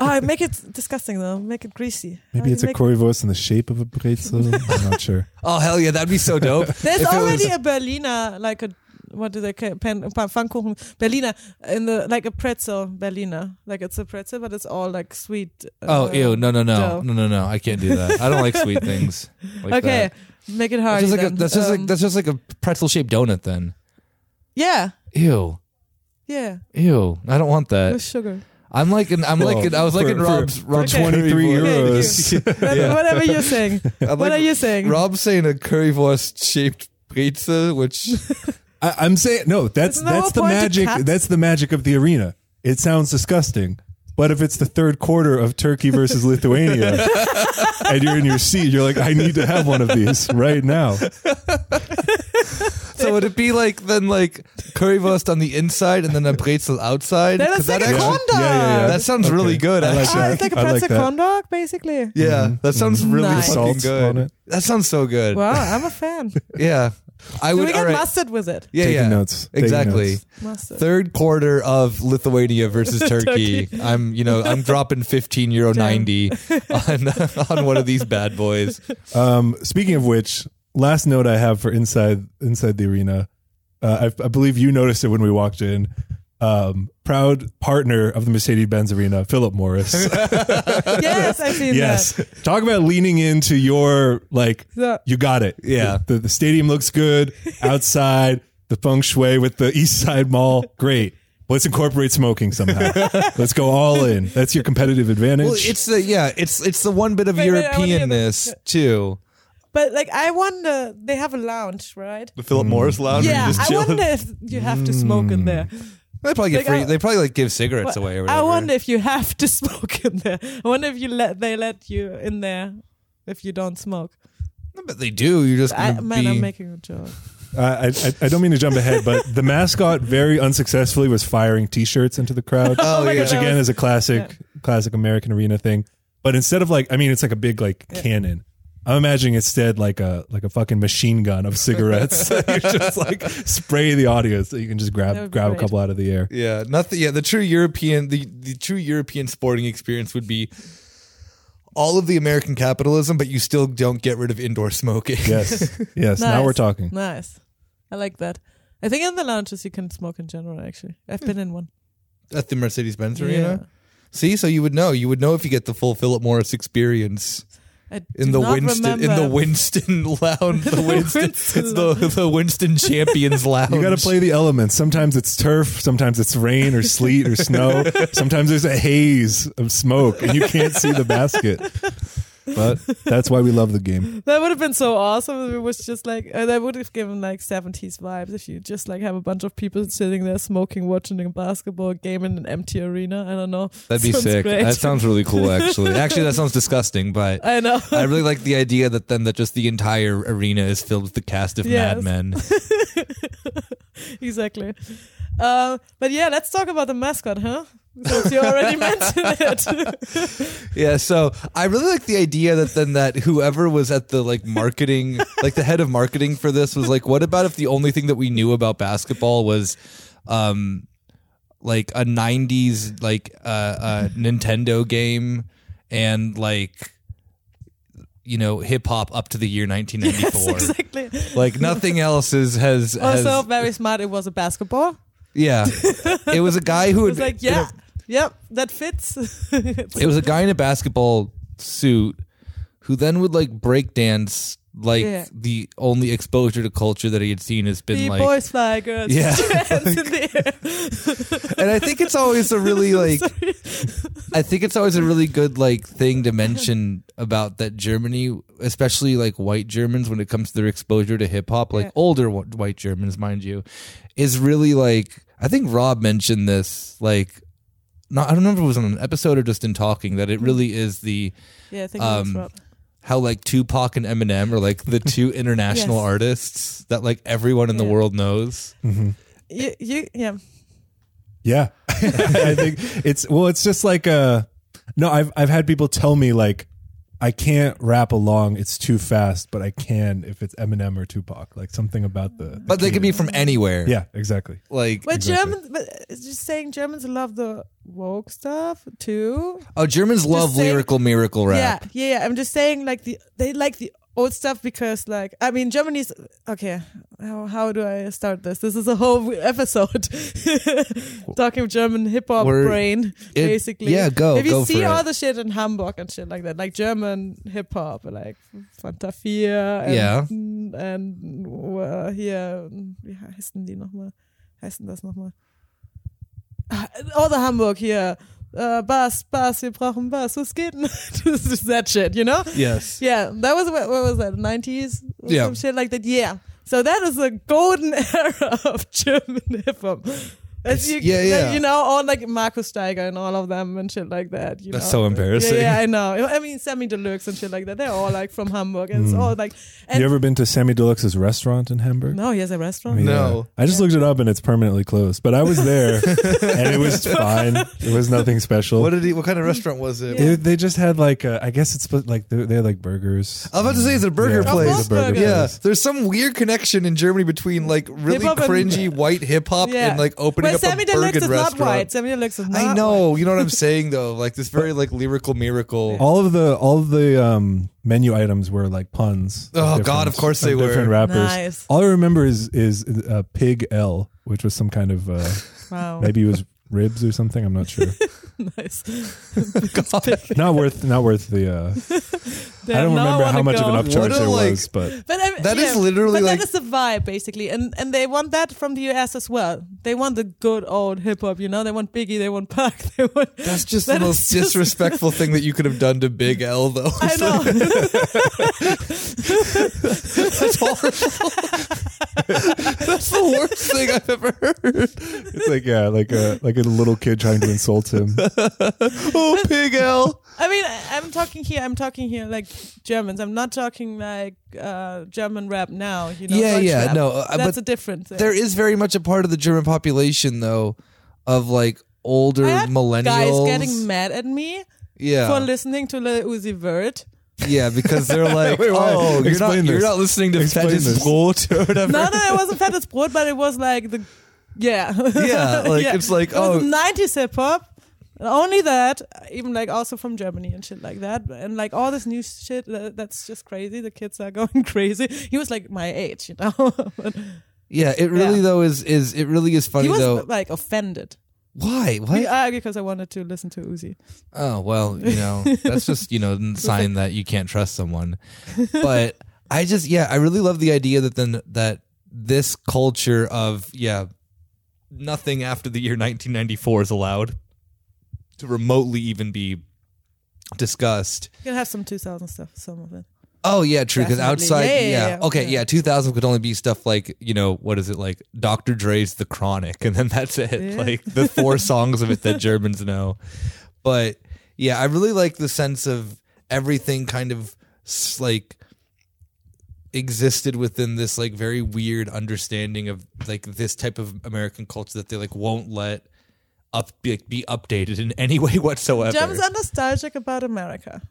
Speaker 2: oh, make it disgusting though. Make it greasy. How
Speaker 3: Maybe
Speaker 2: you
Speaker 3: it's a
Speaker 2: make-
Speaker 3: Currywurst in the shape of a pretzel. I'm not sure.
Speaker 1: Oh hell yeah, that'd be so dope.
Speaker 2: There's
Speaker 1: If it
Speaker 2: already
Speaker 1: was-
Speaker 2: a Berliner, like a what do they call pen, pan- Pfannkuchen Berliner in the like a pretzel Berliner, like it's a pretzel, but it's all like sweet.
Speaker 1: Oh
Speaker 2: uh,
Speaker 1: ew, no no no
Speaker 2: dough.
Speaker 1: no no no, I can't do that. I don't like sweet things. Like
Speaker 2: okay,
Speaker 1: that.
Speaker 2: make it
Speaker 1: that's
Speaker 2: hard.
Speaker 1: just like a, that's just
Speaker 2: um,
Speaker 1: like that's just like a pretzel shaped donut then.
Speaker 2: yeah,
Speaker 1: Ew.
Speaker 2: yeah,
Speaker 1: Ew, I don't want
Speaker 2: with
Speaker 1: that.
Speaker 2: sugar.
Speaker 1: I'm like, an, I'm like, an, I was like
Speaker 3: Oh, For-
Speaker 1: in
Speaker 3: for-
Speaker 1: Rob's, Rob's
Speaker 2: Okay.
Speaker 1: curry
Speaker 3: 23
Speaker 1: voice.
Speaker 2: euros.
Speaker 1: Yeah.
Speaker 2: Whatever- Whatever you're saying.
Speaker 1: I'm
Speaker 2: what
Speaker 1: like-
Speaker 2: are you saying?
Speaker 1: Rob's saying a currywurst shaped pizza, which
Speaker 3: I, I'm saying no. That's
Speaker 2: Isn't the
Speaker 3: that's
Speaker 2: whole
Speaker 3: the
Speaker 2: point of
Speaker 3: magic.
Speaker 2: cats?
Speaker 3: That's the magic of the arena. It sounds disgusting, but if it's the third quarter of Turkey versus Lithuania, and you're in your seat, you're like, I need to have one of these right now.
Speaker 1: so would it be like then like currywurst on the inside and then a pretzel outside?
Speaker 2: Then
Speaker 1: 'Cause
Speaker 2: it's like
Speaker 1: that
Speaker 2: a
Speaker 1: actually-
Speaker 2: corn
Speaker 3: Yeah, yeah, yeah.
Speaker 1: that sounds
Speaker 3: Okay.
Speaker 1: really good.
Speaker 3: I like
Speaker 1: actually.
Speaker 2: Oh, it's like a
Speaker 3: I like
Speaker 2: pretzel
Speaker 3: that.
Speaker 2: corn dog, basically.
Speaker 1: Yeah, that sounds really
Speaker 2: Nice.
Speaker 1: fucking
Speaker 3: Salt on
Speaker 1: good.
Speaker 3: it.
Speaker 1: That sounds so good.
Speaker 2: Wow, I'm a fan.
Speaker 1: Yeah, I
Speaker 2: Do
Speaker 1: would.
Speaker 2: we
Speaker 1: all
Speaker 2: get
Speaker 1: right.
Speaker 2: mustard with it?
Speaker 1: yeah,
Speaker 3: Taking
Speaker 1: yeah,
Speaker 3: notes. Taking
Speaker 1: exactly.
Speaker 3: notes.
Speaker 2: Mustard.
Speaker 1: Third quarter of Lithuania versus Turkey. I'm, you know, I'm dropping 15 euro
Speaker 2: Damn.
Speaker 1: 90 on on one of these bad boys.
Speaker 3: Um, speaking of which, last note I have for inside inside the arena, uh, I, I believe you noticed it when we walked in. um, proud partner of the Mercedes Benz Arena, Philip Morris.
Speaker 2: yes, I've seen
Speaker 3: yes.
Speaker 2: that.
Speaker 3: Talk about leaning into your, like,
Speaker 2: So,
Speaker 3: you got it.
Speaker 1: Yeah.
Speaker 3: The, the stadium looks good outside, the feng shui with the East Side Mall. Great. Let's incorporate smoking somehow. Let's go all in. That's your competitive advantage.
Speaker 1: Well, it's the yeah, it's it's the one bit of
Speaker 2: Wait, wait, I wanna hear
Speaker 1: Europeanness too.
Speaker 2: but like, I wonder they have a lounge, right?
Speaker 4: The Philip Morris
Speaker 1: Mm.
Speaker 4: lounge. where you
Speaker 2: Yeah,
Speaker 4: just
Speaker 2: I
Speaker 4: chill.
Speaker 2: wonder if you have to smoke in there.
Speaker 1: They probably get
Speaker 2: Like,
Speaker 1: free.
Speaker 2: I-
Speaker 1: they probably like give cigarettes Mm, away or whatever.
Speaker 2: I wonder if you have to smoke in there. I wonder if you let they let you in there if you don't smoke.
Speaker 1: I bet they do. You're just
Speaker 2: I,
Speaker 1: gonna
Speaker 2: man,
Speaker 1: be-
Speaker 2: I'm making a joke.
Speaker 3: Uh, I, I, I don't mean to jump ahead, but the mascot very unsuccessfully was firing T-shirts into the crowd,
Speaker 1: Oh,
Speaker 2: my
Speaker 1: yeah.
Speaker 3: which
Speaker 2: God,
Speaker 3: again
Speaker 2: that
Speaker 3: is a classic, classic American arena thing. But instead of like, I mean, it's like a big like cannon. I'm imagining instead like a like a fucking machine gun of cigarettes. you just like spray the audience so you can just
Speaker 2: That
Speaker 3: grab
Speaker 2: would be
Speaker 3: grab a
Speaker 2: great.
Speaker 3: couple out of the air.
Speaker 1: Yeah, nothing. Yeah, the true European, the, the true European sporting experience would be all of the American capitalism, but you still don't get rid of indoor smoking.
Speaker 3: Yes, yes. Now
Speaker 2: Nice.
Speaker 3: we're talking.
Speaker 2: Nice. I like that. I think in the lounges you can smoke in general. Actually,
Speaker 1: Hmm.
Speaker 2: I've been in one.
Speaker 1: at the Mercedes Benz
Speaker 2: Yeah.
Speaker 1: Arena. See, so you would know. You would know if you get the full Philip Morris experience
Speaker 2: I
Speaker 1: in
Speaker 2: do
Speaker 1: the
Speaker 2: not
Speaker 1: Winston in the
Speaker 2: remember.
Speaker 1: Winston Lounge, the Winston,
Speaker 2: Winston
Speaker 1: it's the the Winston Champions Lounge.
Speaker 3: You got to play the elements. Sometimes it's turf, sometimes it's rain or sleet or snow. Sometimes there's a haze of smoke and you can't see the basket. But that's why we love the game.
Speaker 2: That would have been so awesome. if It was just like uh, that would have given like seventies vibes if you just like have a bunch of people sitting there smoking, watching a basketball game in an empty arena. I don't know.
Speaker 1: That'd be
Speaker 2: Sounds
Speaker 1: sick.
Speaker 2: great.
Speaker 1: That sounds really cool. Actually, actually, that sounds disgusting, but.
Speaker 2: I know.
Speaker 1: I really like the idea that then that just the entire arena is filled with the cast of
Speaker 2: Yes.
Speaker 1: Mad Men.
Speaker 2: exactly. Uh, but yeah, let's talk about the mascot, huh? Since you already mentioned it.
Speaker 1: Yeah, so I really like the idea that then that whoever was at the like marketing, like the head of marketing for this was like, what about if the only thing that we knew about basketball was, um, like a '90s like uh, uh Nintendo game and like, you know, hip hop up to the year 1994.
Speaker 2: yes, exactly.
Speaker 1: Like nothing else is has, has
Speaker 2: Also, very smart. It was a basketball.
Speaker 1: yeah. It was a guy who had,
Speaker 2: It was like, yeah, yep, that fits.
Speaker 1: it was a guy in a basketball suit who then would like break dance like
Speaker 2: Yeah.
Speaker 1: the only exposure to culture that he had seen has been
Speaker 2: the
Speaker 1: like
Speaker 2: boys fly, girls
Speaker 1: Yeah.
Speaker 2: hands in the air.
Speaker 1: and i think it's always a really like
Speaker 2: Sorry.
Speaker 1: i think it's always a really good like thing to mention about that germany especially like white germans when it comes to their exposure to hip hop like
Speaker 2: Yeah.
Speaker 1: older wh- white germans mind you is really like i think rob mentioned this like not, i don't remember if it was on an episode or just in talking that
Speaker 2: Hmm.
Speaker 1: it really is the
Speaker 2: Yeah, I think that's
Speaker 1: Um,
Speaker 2: Rob.
Speaker 1: how like Tupac and Eminem are like the two international
Speaker 2: Yes.
Speaker 1: artists that like everyone in the
Speaker 2: Yeah.
Speaker 1: world knows.
Speaker 2: You, you, yeah.
Speaker 3: Yeah. I think it's well it's just like uh no, I've I've had people tell me like I can't rap along, it's too fast, but I can if it's Eminem or Tupac, like something about the, the
Speaker 1: But they could be from anywhere.
Speaker 3: Yeah, exactly.
Speaker 1: Like
Speaker 2: But
Speaker 3: Exactly.
Speaker 2: Germans, but uh, it's just saying Germans love the woke stuff too.
Speaker 1: oh Germans love
Speaker 2: say-
Speaker 1: lyrical miracle rap.
Speaker 2: Yeah, yeah, yeah. I'm just saying, like the they like the old stuff because, like, I mean, Germany's okay. How, how do I start this? This is a whole episode talking German hip hop
Speaker 1: We're-
Speaker 2: brain,
Speaker 1: it-
Speaker 2: basically.
Speaker 1: yeah, go-
Speaker 2: If you
Speaker 1: go
Speaker 2: see
Speaker 1: for
Speaker 2: all
Speaker 1: it.
Speaker 2: the shit in Hamburg and shit like that, like German hip hop, like Fanta 4 and,
Speaker 1: Yeah.
Speaker 2: and uh, hier, wie heißen die nochmal? Heißen das nochmal? Oder Hamburg hier. Uh, Bass, Bass, wir brauchen Bass. Was geht denn? This is that shit, you know?
Speaker 1: Yes.
Speaker 2: Yeah, that was what, what was that? Nineties,
Speaker 1: Yeah.
Speaker 2: some shit like that. Yeah, so that is a golden era of German hip hop. As you,
Speaker 1: Yeah, yeah.
Speaker 2: you know, all like Markus Steiger and all of them and shit like that. You
Speaker 1: That's
Speaker 2: know?
Speaker 1: so embarrassing.
Speaker 2: Yeah, yeah, I know. I mean, Sammy Deluxe and shit like that. They're all like from Hamburg, and it's
Speaker 1: Hmm.
Speaker 2: all like. And
Speaker 3: you ever been to Sammy Deluxe's restaurant in Hamburg?
Speaker 2: no, he has a restaurant.
Speaker 3: Oh, Yeah.
Speaker 1: No.
Speaker 3: I just looked it up and it's permanently closed. But I was there and it was fine. It was nothing special.
Speaker 1: What did he what kind of restaurant was it?
Speaker 2: Yeah.
Speaker 3: They, they just had like uh, I guess it's supposed- like they they had like burgers.
Speaker 1: I was about to say it's a burger
Speaker 3: Yeah,
Speaker 1: place.
Speaker 3: it's a burger
Speaker 2: Yeah.
Speaker 1: Yeah,
Speaker 3: place.
Speaker 1: there's some weird connection in Germany between like really
Speaker 2: Hip-hop and-
Speaker 1: cringy white hip hop
Speaker 2: Yeah.
Speaker 1: and like opening
Speaker 2: Well,
Speaker 1: up
Speaker 2: Sammy
Speaker 1: a burger
Speaker 2: Deluxe is
Speaker 1: restaurant.
Speaker 2: not white. Sammy Deluxe is not.
Speaker 1: I
Speaker 2: White.
Speaker 1: know, you know what I'm saying though, like this very like lyrical miracle.
Speaker 3: All of the all of the um, menu items were like puns. of
Speaker 1: Oh, God,
Speaker 3: different-
Speaker 1: of course they were.
Speaker 3: different rappers.
Speaker 2: Nice.
Speaker 3: All I remember is is uh, Pig L, which was some kind of uh,
Speaker 2: Wow.
Speaker 3: Maybe it was ribs or something. I'm not sure.
Speaker 2: nice.
Speaker 3: not worth. Not worth the. Uh, I don't remember how much of an
Speaker 1: What
Speaker 3: upcharge
Speaker 1: a,
Speaker 3: there
Speaker 1: like-
Speaker 3: was, but
Speaker 2: But I,
Speaker 1: That
Speaker 2: yeah,
Speaker 1: is literally
Speaker 2: but
Speaker 1: like-
Speaker 2: that is the vibe basically, and and they want that from the US as well. They want the good old hip hop, you know. They want Biggie, they want Pac, they want.
Speaker 1: That's just
Speaker 2: That
Speaker 1: the
Speaker 2: is
Speaker 1: most
Speaker 2: just-
Speaker 1: disrespectful thing that you could have done to Big L, though.
Speaker 2: I know.
Speaker 1: That's horrible. That's the worst thing I've ever heard.
Speaker 3: it's like yeah, like a like a little kid trying to insult him.
Speaker 1: Oh, Big L.
Speaker 2: I mean, I, I'm talking here. I'm talking here like Germans. I'm not talking like uh, German rap now. You know.
Speaker 1: Yeah,
Speaker 2: Deutsch
Speaker 1: yeah,
Speaker 2: rap.
Speaker 1: no, uh, but
Speaker 2: That's a different thing.
Speaker 1: There is very much a part of the German population, though, of like older
Speaker 2: I had
Speaker 1: millennials.
Speaker 2: Guys getting mad at me for
Speaker 1: yeah,
Speaker 2: listening to Lil Uzi Vert.
Speaker 1: yeah, because they're like,
Speaker 3: Wait, why?
Speaker 1: oh, you're not,
Speaker 3: Explain
Speaker 1: you're
Speaker 3: this.
Speaker 1: not listening to
Speaker 3: Explain
Speaker 1: Fettes
Speaker 3: this.
Speaker 1: Brot or whatever.
Speaker 2: No, no, it wasn't Fettes Brot, but it was like the, yeah,
Speaker 1: Yeah, like, it's like,
Speaker 2: It was
Speaker 1: oh.
Speaker 2: nineties hip hop. And Only that, even like also from Germany and shit like that, and like all this new shit that, that's just crazy. The kids are going crazy. He was like my age, you know. But
Speaker 1: Yeah, it really
Speaker 2: Yeah.
Speaker 1: though is is it really is funny
Speaker 2: he was
Speaker 1: though.
Speaker 2: like offended.
Speaker 1: Why? What?
Speaker 2: Uh, because I wanted to listen to Uzi.
Speaker 1: Oh well, you know that's just you know a sign that you can't trust someone. But I just yeah, I really love the idea that then that this culture of yeah, nothing after the year 1994 is allowed to remotely even be discussed.
Speaker 2: You can have some 2000 stuff, some of it.
Speaker 1: Oh yeah, true. Because
Speaker 2: Definitely.
Speaker 1: outside,
Speaker 2: Yeah,
Speaker 1: yeah,
Speaker 2: yeah, yeah, yeah.
Speaker 1: okay,
Speaker 2: Yeah.
Speaker 1: yeah, two thousand could only be stuff like you know what is it like Dr. Dre's The Chronic, and then that's it.
Speaker 2: Yeah.
Speaker 1: Like the four songs of it that Germans know. But yeah, I really like the sense of everything kind of s- like existed within this like very weird understanding of like this type of American culture that they like won't let up be, be updated in any way whatsoever.
Speaker 2: Germans are nostalgic about America.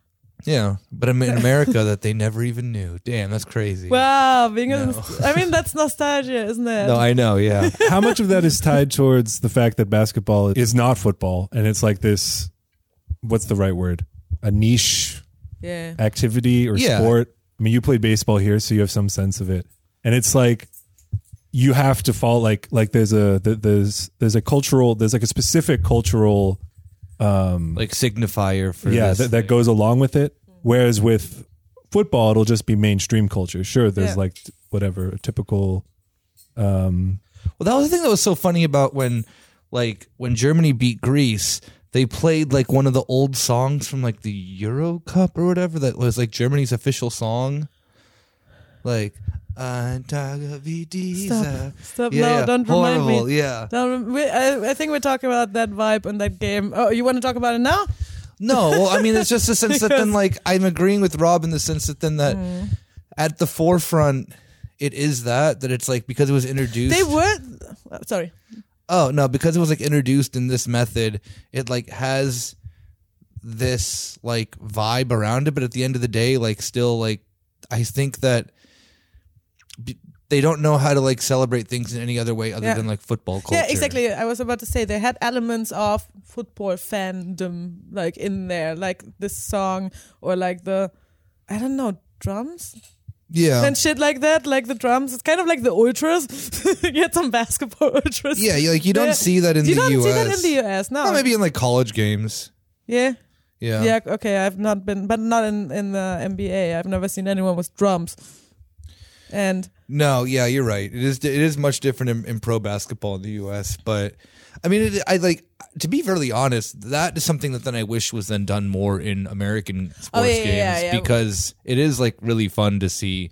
Speaker 1: yeah, but I'm in America that they never even knew. Damn, that's crazy.
Speaker 2: Wow, being a
Speaker 1: No.
Speaker 2: nost- I mean that's nostalgia, isn't it?
Speaker 1: No, I know. Yeah,
Speaker 3: How much of that is tied towards the fact that basketball is not football, and it's like this? What's the right word? A niche
Speaker 2: yeah.
Speaker 3: activity or
Speaker 1: Yeah.
Speaker 3: sport. I mean, you played baseball here, so you have some sense of it. And it's like you have to fall like like there's a th- there's there's a cultural there's like a specific cultural
Speaker 1: like signifier for
Speaker 3: yeah
Speaker 1: This.
Speaker 3: that, that goes along with it.
Speaker 2: Mm-hmm.
Speaker 3: Whereas with football, it'll just be mainstream culture. Sure, there's
Speaker 2: Yeah.
Speaker 3: like t- whatever typical.
Speaker 1: well, that was the thing that was so funny about when, like, when Germany beat Greece, they played like one of the old songs from like the Euro Cup or whatever that was like Germany's official song, like. Ein Tag wie dieser.
Speaker 2: Stop
Speaker 1: Yeah,
Speaker 2: now,
Speaker 1: yeah.
Speaker 2: don't
Speaker 1: Horrible,
Speaker 2: remind me.
Speaker 1: yeah.
Speaker 2: Now, we, I, I think we're talking about that vibe and that game. Oh, you want to talk about it now?
Speaker 1: No, well, I mean, it's just the sense that then, like, I'm agreeing with Rob in the sense that then that
Speaker 2: Mm.
Speaker 1: at the forefront, it is that, that it's like because it was introduced.
Speaker 2: They were. oh, sorry.
Speaker 1: Oh no, because it was like introduced in this method, it like has this like vibe around it, but at the end of the day, like still like I think that b- they don't know how to like celebrate things in any other way other
Speaker 2: Yeah.
Speaker 1: than like football culture.
Speaker 2: Yeah, exactly. I was about to say they had elements of football fandom like in there, like this song or like the, I don't know, drums
Speaker 1: Yeah.
Speaker 2: and shit like that. Like the drums, it's kind of like the ultras. you had some basketball ultras.
Speaker 1: Yeah, you- like you don't
Speaker 2: Yeah.
Speaker 1: see that in
Speaker 2: you
Speaker 1: the
Speaker 2: don't
Speaker 1: US.
Speaker 2: see that in the US. No.
Speaker 1: Well, maybe in like college games.
Speaker 2: Yeah.
Speaker 1: Yeah.
Speaker 2: Yeah. Okay. I've not been, but not in in the NBA. I've never seen anyone with drums. And
Speaker 1: No, yeah, you're right. It is it is much different in, in pro basketball in the U.S. But I mean, it, I like to be fairly honest. That is something that then I wish was then done more in American sports
Speaker 2: Oh, yeah,
Speaker 1: games
Speaker 2: yeah, yeah.
Speaker 1: because it is like really fun to see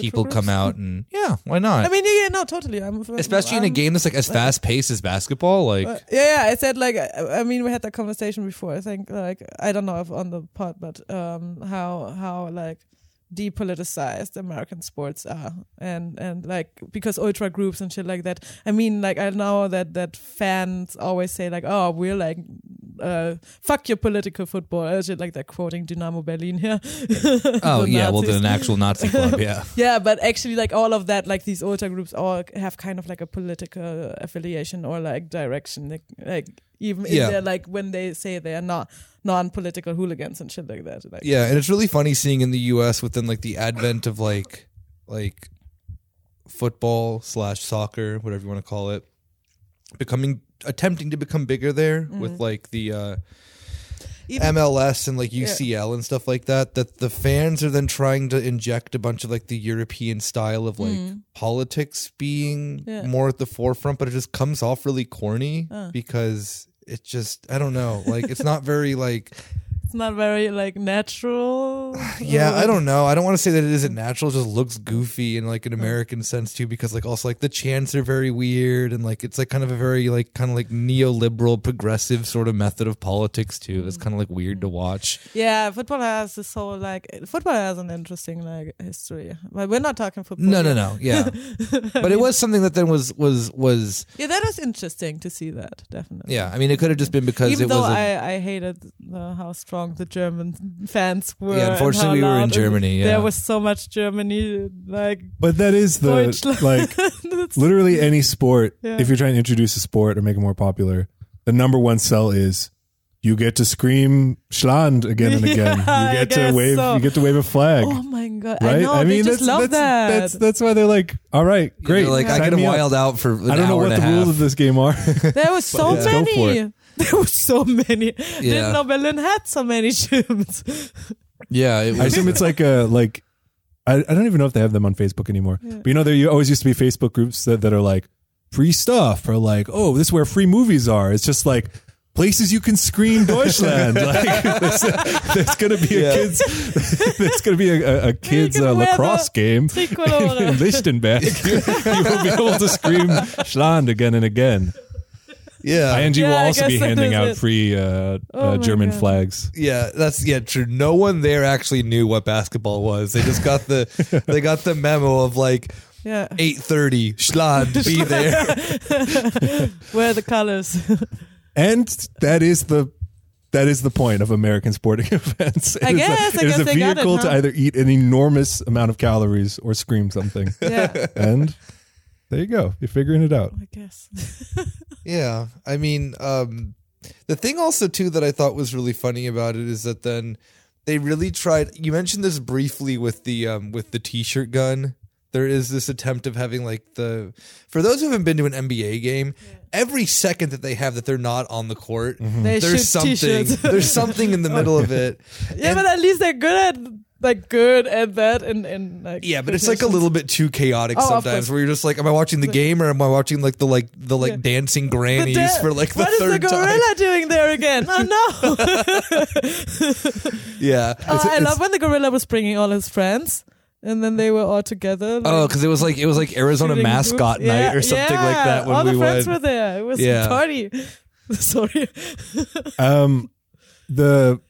Speaker 1: people come out and yeah, why not?
Speaker 2: I mean, yeah, yeah, no, totally. I'm
Speaker 1: Especially in a
Speaker 2: I'm-
Speaker 1: game that's like as fast paced as basketball. Like,
Speaker 2: Uh, yeah, yeah, I said like I, I mean we had that conversation before. I think like I don't know if on the pod, but um, how how like depoliticized American sports are, and and like because ultra groups and shit like that. I mean, like I know that that fans always say like, oh, we're like. Uh, fuck your political football, and shit like that. Quoting Dynamo Berlin here.
Speaker 1: oh
Speaker 2: The
Speaker 1: yeah, well,
Speaker 2: Nazis.
Speaker 1: then an actual Nazi club. Yeah,
Speaker 2: Yeah, but actually, like all of that, like these ultra groups all have kind of like a political affiliation or like direction. Like, like even
Speaker 1: Yeah.
Speaker 2: in their like when they say they are not non-political hooligans and shit like that. Like,
Speaker 1: Yeah, and it's really funny seeing in the U.S. within like the advent of like like football slash soccer, whatever you want to call it, becoming attempting to become bigger there with like the uh, MLS and like UCL and stuff like that. That the fans are then trying to inject a bunch of like the European style of like politics being
Speaker 2: Yeah.
Speaker 1: more at the forefront, but it just comes off really corny because it just I don't know like it's not very like
Speaker 2: it's not very like natural.
Speaker 1: yeah
Speaker 2: Or-
Speaker 1: I don't know I don't want to say that it isn't natural it just looks goofy in like an American sense too because like also like the chants are very weird and like it's like kind of a very like kind of like neoliberal progressive sort of method of politics too it's kind of like weird to watch
Speaker 2: Yeah, football has this whole like football has an interesting like history, but we're not talking football.
Speaker 1: no
Speaker 2: here.
Speaker 1: no no yeah but it was something that then was was was
Speaker 2: Yeah, that was interesting to see that definitely.
Speaker 1: yeah I mean it could have just been because
Speaker 2: Even
Speaker 1: it
Speaker 2: though
Speaker 1: was a-
Speaker 2: I I hated uh, how strong the German fans were.
Speaker 1: Yeah,
Speaker 2: and
Speaker 1: unfortunately we
Speaker 2: how
Speaker 1: were in
Speaker 2: loud and
Speaker 1: Germany, yeah.
Speaker 2: There was so much Germany, like
Speaker 3: But that is the
Speaker 2: Deutschland.
Speaker 3: like
Speaker 2: That's-
Speaker 3: literally any sport.
Speaker 2: Yeah.
Speaker 3: If you're trying to introduce a sport or make it more popular, the number one sell is you get to scream Schland again and again.
Speaker 2: Yeah,
Speaker 3: you
Speaker 2: I
Speaker 3: get to
Speaker 2: guess
Speaker 3: wave.
Speaker 2: so.
Speaker 3: You get to wave a flag.
Speaker 2: oh my god!
Speaker 3: Right?
Speaker 2: I know they just
Speaker 3: that's,
Speaker 2: love
Speaker 3: that's,
Speaker 2: that.
Speaker 3: That's that's why they're like, all right,
Speaker 1: They're
Speaker 3: great.
Speaker 1: like I
Speaker 3: sign
Speaker 1: could have
Speaker 3: me up.
Speaker 1: wild out for an
Speaker 3: I don't know
Speaker 1: hour
Speaker 3: what
Speaker 1: and
Speaker 3: the
Speaker 1: a half.
Speaker 3: rules of this game are.
Speaker 2: There were so
Speaker 3: Let's go for
Speaker 2: many. There were so many.
Speaker 1: Yeah.
Speaker 2: Didn't know Berlin had so many gyms.
Speaker 1: yeah it
Speaker 3: I
Speaker 1: was,
Speaker 3: assume it's like a like. I, I don't even know if they have them on Facebook anymore. But you know, there you always used to be Facebook groups that, that are like free stuff or like, oh, this is where free movies are. It's just like places you can screen Deutschland. like there's, there's gonna be a
Speaker 1: Yeah.
Speaker 3: kids, there's gonna be a, a, a kids
Speaker 2: can
Speaker 3: uh,
Speaker 2: wear the
Speaker 3: lacrosse game
Speaker 2: tricolore.
Speaker 3: in Lichtenberg. you, you will be able to scream Schland again and again.
Speaker 1: yeah
Speaker 3: ING
Speaker 2: Yeah,
Speaker 3: will
Speaker 2: I
Speaker 3: also be
Speaker 2: guess that
Speaker 3: handing
Speaker 2: is
Speaker 3: out
Speaker 2: it.
Speaker 3: free uh,
Speaker 2: Oh
Speaker 3: uh,
Speaker 2: my
Speaker 3: German
Speaker 2: God.
Speaker 3: flags.
Speaker 1: Yeah, that's yeah, true. No one there actually knew what basketball was. They just got the they got the memo of like
Speaker 2: yeah,
Speaker 1: 8:30 Schlad be there.
Speaker 2: where are the colors?
Speaker 3: and that is the that is the point of American sporting events. It
Speaker 2: I
Speaker 3: is
Speaker 2: guess,
Speaker 3: a,
Speaker 2: I
Speaker 3: it is
Speaker 2: guess
Speaker 3: a
Speaker 2: they got it,
Speaker 3: vehicle to
Speaker 2: huh?
Speaker 3: either eat an enormous amount of calories or scream something.
Speaker 2: yeah,
Speaker 3: and there you go. You're figuring it out.
Speaker 2: I guess.
Speaker 1: Hmm, yeah. I mean, um the thing also too that I thought was really funny about it is that then they really tried you mentioned this briefly with the um with the t-shirt gun. There is this attempt of having like the for those who haven't been to an NBA game, every second that they have that they're not on the court,
Speaker 2: They shoot
Speaker 1: there's something
Speaker 2: t-shirts.
Speaker 1: there's something in the middle of it.
Speaker 2: yeah, but at least they're good at like good at that and and like
Speaker 1: Yeah, but it's like a little bit too chaotic
Speaker 2: Oh, of
Speaker 1: sometimes.
Speaker 2: course.
Speaker 1: Where you're just like, am I watching the game or am I watching like the like the like
Speaker 2: Yeah.
Speaker 1: dancing
Speaker 2: But
Speaker 1: grannies
Speaker 2: there-
Speaker 1: for like the
Speaker 2: what is
Speaker 1: third
Speaker 2: the
Speaker 1: time?
Speaker 2: gorilla doing there again? Oh no!
Speaker 1: Yeah.
Speaker 2: Oh, I love when the gorilla was bringing all his friends, and then they were all together. Like,
Speaker 1: Oh, because it was like it was like Arizona
Speaker 2: shooting
Speaker 1: mascot
Speaker 2: hoops.
Speaker 1: night
Speaker 2: Yeah,
Speaker 1: or something like
Speaker 2: yeah.
Speaker 1: that when
Speaker 2: all
Speaker 1: we
Speaker 2: the
Speaker 1: went.
Speaker 2: friends were there. It was
Speaker 1: Yeah.
Speaker 2: a party. Sorry.
Speaker 3: Um, the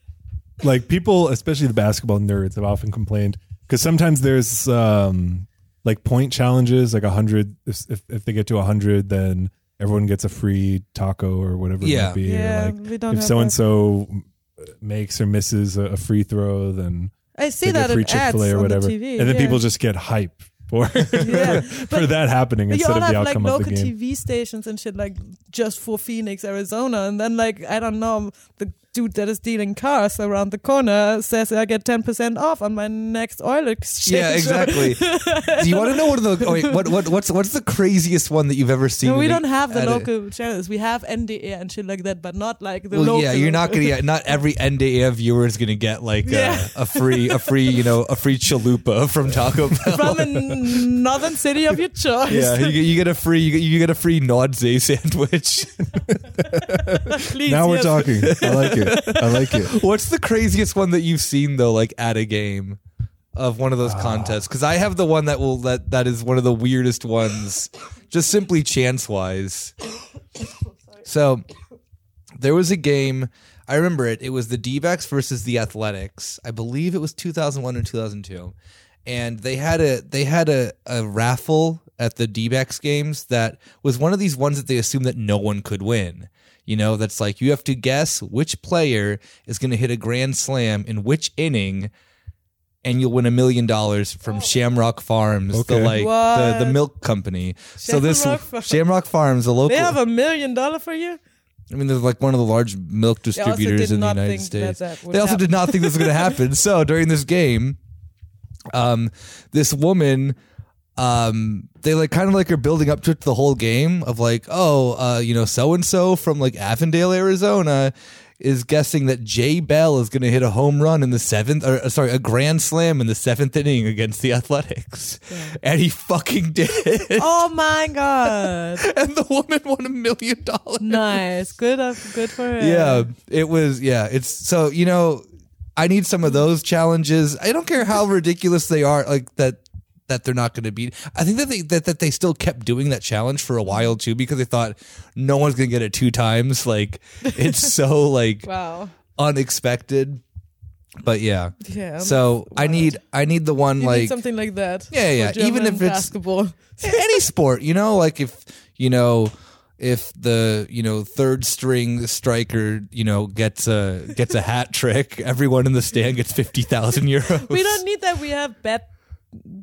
Speaker 3: like people, especially the basketball nerds, have often complained because sometimes there's um like point challenges, like a hundred. If, if if they get to a hundred, then everyone gets a free taco or whatever it
Speaker 1: Yeah.
Speaker 3: might be. or,
Speaker 2: Yeah,
Speaker 3: like,
Speaker 2: we don't
Speaker 3: if
Speaker 2: have
Speaker 3: so and
Speaker 2: that.
Speaker 3: so makes or misses a, a free throw, then
Speaker 2: I see
Speaker 3: they get
Speaker 2: that in
Speaker 3: free Chick
Speaker 2: ads
Speaker 3: Fil A or
Speaker 2: on the
Speaker 3: whatever,
Speaker 2: TV.
Speaker 3: and then
Speaker 2: yeah.
Speaker 3: people just get hype for
Speaker 2: yeah.
Speaker 3: for
Speaker 2: But-
Speaker 3: that happening
Speaker 2: But you
Speaker 3: instead
Speaker 2: all
Speaker 3: of the
Speaker 2: have like
Speaker 3: outcome of
Speaker 2: local
Speaker 3: the game.
Speaker 2: TV stations and shit, like just for Phoenix, Arizona, and then like I don't know, the dude that is dealing cars around the corner says I get ten percent off on my next oil exchange.
Speaker 1: Yeah, exactly. Do you want to know one of the oh, wait, what what what's what's the craziest one that you've ever seen?
Speaker 2: No, we
Speaker 1: in a-
Speaker 2: don't have the
Speaker 1: at a-
Speaker 2: local channels. We have NDA and shit like that, but not like the
Speaker 1: Well,
Speaker 2: local.
Speaker 1: yeah, you're not gonna. Not every NDA viewer is gonna get like uh,
Speaker 2: Yeah.
Speaker 1: a, a free, a free, you know, a free chalupa from Taco Bell.
Speaker 2: from a northern city of your choice.
Speaker 1: Yeah, you, get- you get a free you get, you get a free Nodze sandwich.
Speaker 2: Please,
Speaker 3: Now we're
Speaker 2: yes.
Speaker 3: talking. I like it. I like it.
Speaker 1: What's the craziest one that you've seen though, like at a game of one of those contests? Because I have the one that will that that is one of the weirdest ones, just simply chance wise. So there was a game. I remember it. It was the D-backs versus the Athletics. I believe it was 2001 or 2002. And they had a they had a, a raffle at the D-backs games that was one of these ones that they assume that no one could win. You know, that's like you have to guess which player is going to hit a grand slam in which inning and you'll win a million dollars from Shamrock Farms,
Speaker 3: Okay.
Speaker 1: the like the, the
Speaker 2: Oh. What?
Speaker 1: milk company. so this
Speaker 2: Shamrock Farm-
Speaker 1: Shamrock Farms, the local
Speaker 2: They have a million dollar for you.
Speaker 1: I mean, they're like one of the large milk
Speaker 2: also
Speaker 1: distributors
Speaker 2: did
Speaker 1: in the
Speaker 2: not
Speaker 1: United
Speaker 2: think
Speaker 1: States.
Speaker 2: that that would
Speaker 1: they also did not think this was going to happen. So during this game, um, this woman um, they like kind of like are building up to the whole game of like, oh, uh, you know, so and so from like Avondale, Arizona, is guessing that Jay Bell is going to hit a home run in the seventh, or uh, sorry, a grand slam in the seventh inning against the Athletics, and he fucking did.
Speaker 2: Oh my god!
Speaker 1: and the woman won a million dollars.
Speaker 2: Nice, good, of- good for her.
Speaker 1: Yeah, it was. Yeah, it's so you know, I need some of those challenges. I don't care how ridiculous they are, like that that they're not going to beat. I think that they that, that they still kept doing that challenge for a while too because they thought no one's going to get it two times. Like it's so like
Speaker 2: Wow.
Speaker 1: unexpected. But yeah,
Speaker 2: Yeah.
Speaker 1: so I
Speaker 2: wild.
Speaker 1: need I need the one
Speaker 2: You need
Speaker 1: like
Speaker 2: something like that.
Speaker 1: Yeah, yeah,
Speaker 2: for
Speaker 1: even
Speaker 2: German
Speaker 1: if it's-
Speaker 2: basketball.
Speaker 1: any sport, you know, like if you know if the you know third string striker you know gets a gets a hat trick, everyone in the stand gets fifty thousand euros.
Speaker 2: we don't need that. We have bet,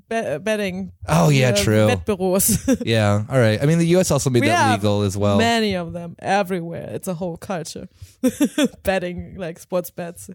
Speaker 2: bet betting.
Speaker 1: Oh yeah,
Speaker 2: We have
Speaker 1: true.
Speaker 2: Bet bureaus.
Speaker 1: yeah, all right. I mean, the U.S. also made
Speaker 2: We
Speaker 1: that
Speaker 2: have
Speaker 1: legal as well.
Speaker 2: Many of them everywhere. It's a whole culture. betting like sports bets.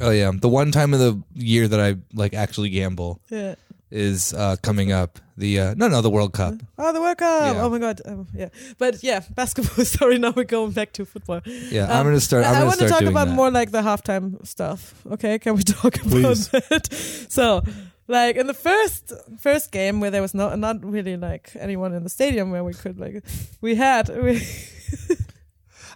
Speaker 1: Oh yeah, the one time of the year that I like actually gamble
Speaker 2: Yeah.
Speaker 1: is uh, coming up. The uh, no, no, the World Cup.
Speaker 2: Oh, the World Cup.
Speaker 1: Yeah.
Speaker 2: Oh my God. Um, yeah. But yeah, basketball. Sorry, now we're going back to football.
Speaker 1: Yeah, I'm
Speaker 2: Um,
Speaker 1: gonna start. I'm
Speaker 2: I
Speaker 1: gonna
Speaker 2: want to
Speaker 1: start
Speaker 2: talk
Speaker 1: doing
Speaker 2: about
Speaker 1: that.
Speaker 2: more like the halftime stuff. Okay, can we talk about
Speaker 3: Please.
Speaker 2: that? So, like in the first first game where there was no not really like anyone in the stadium where we could like we had we,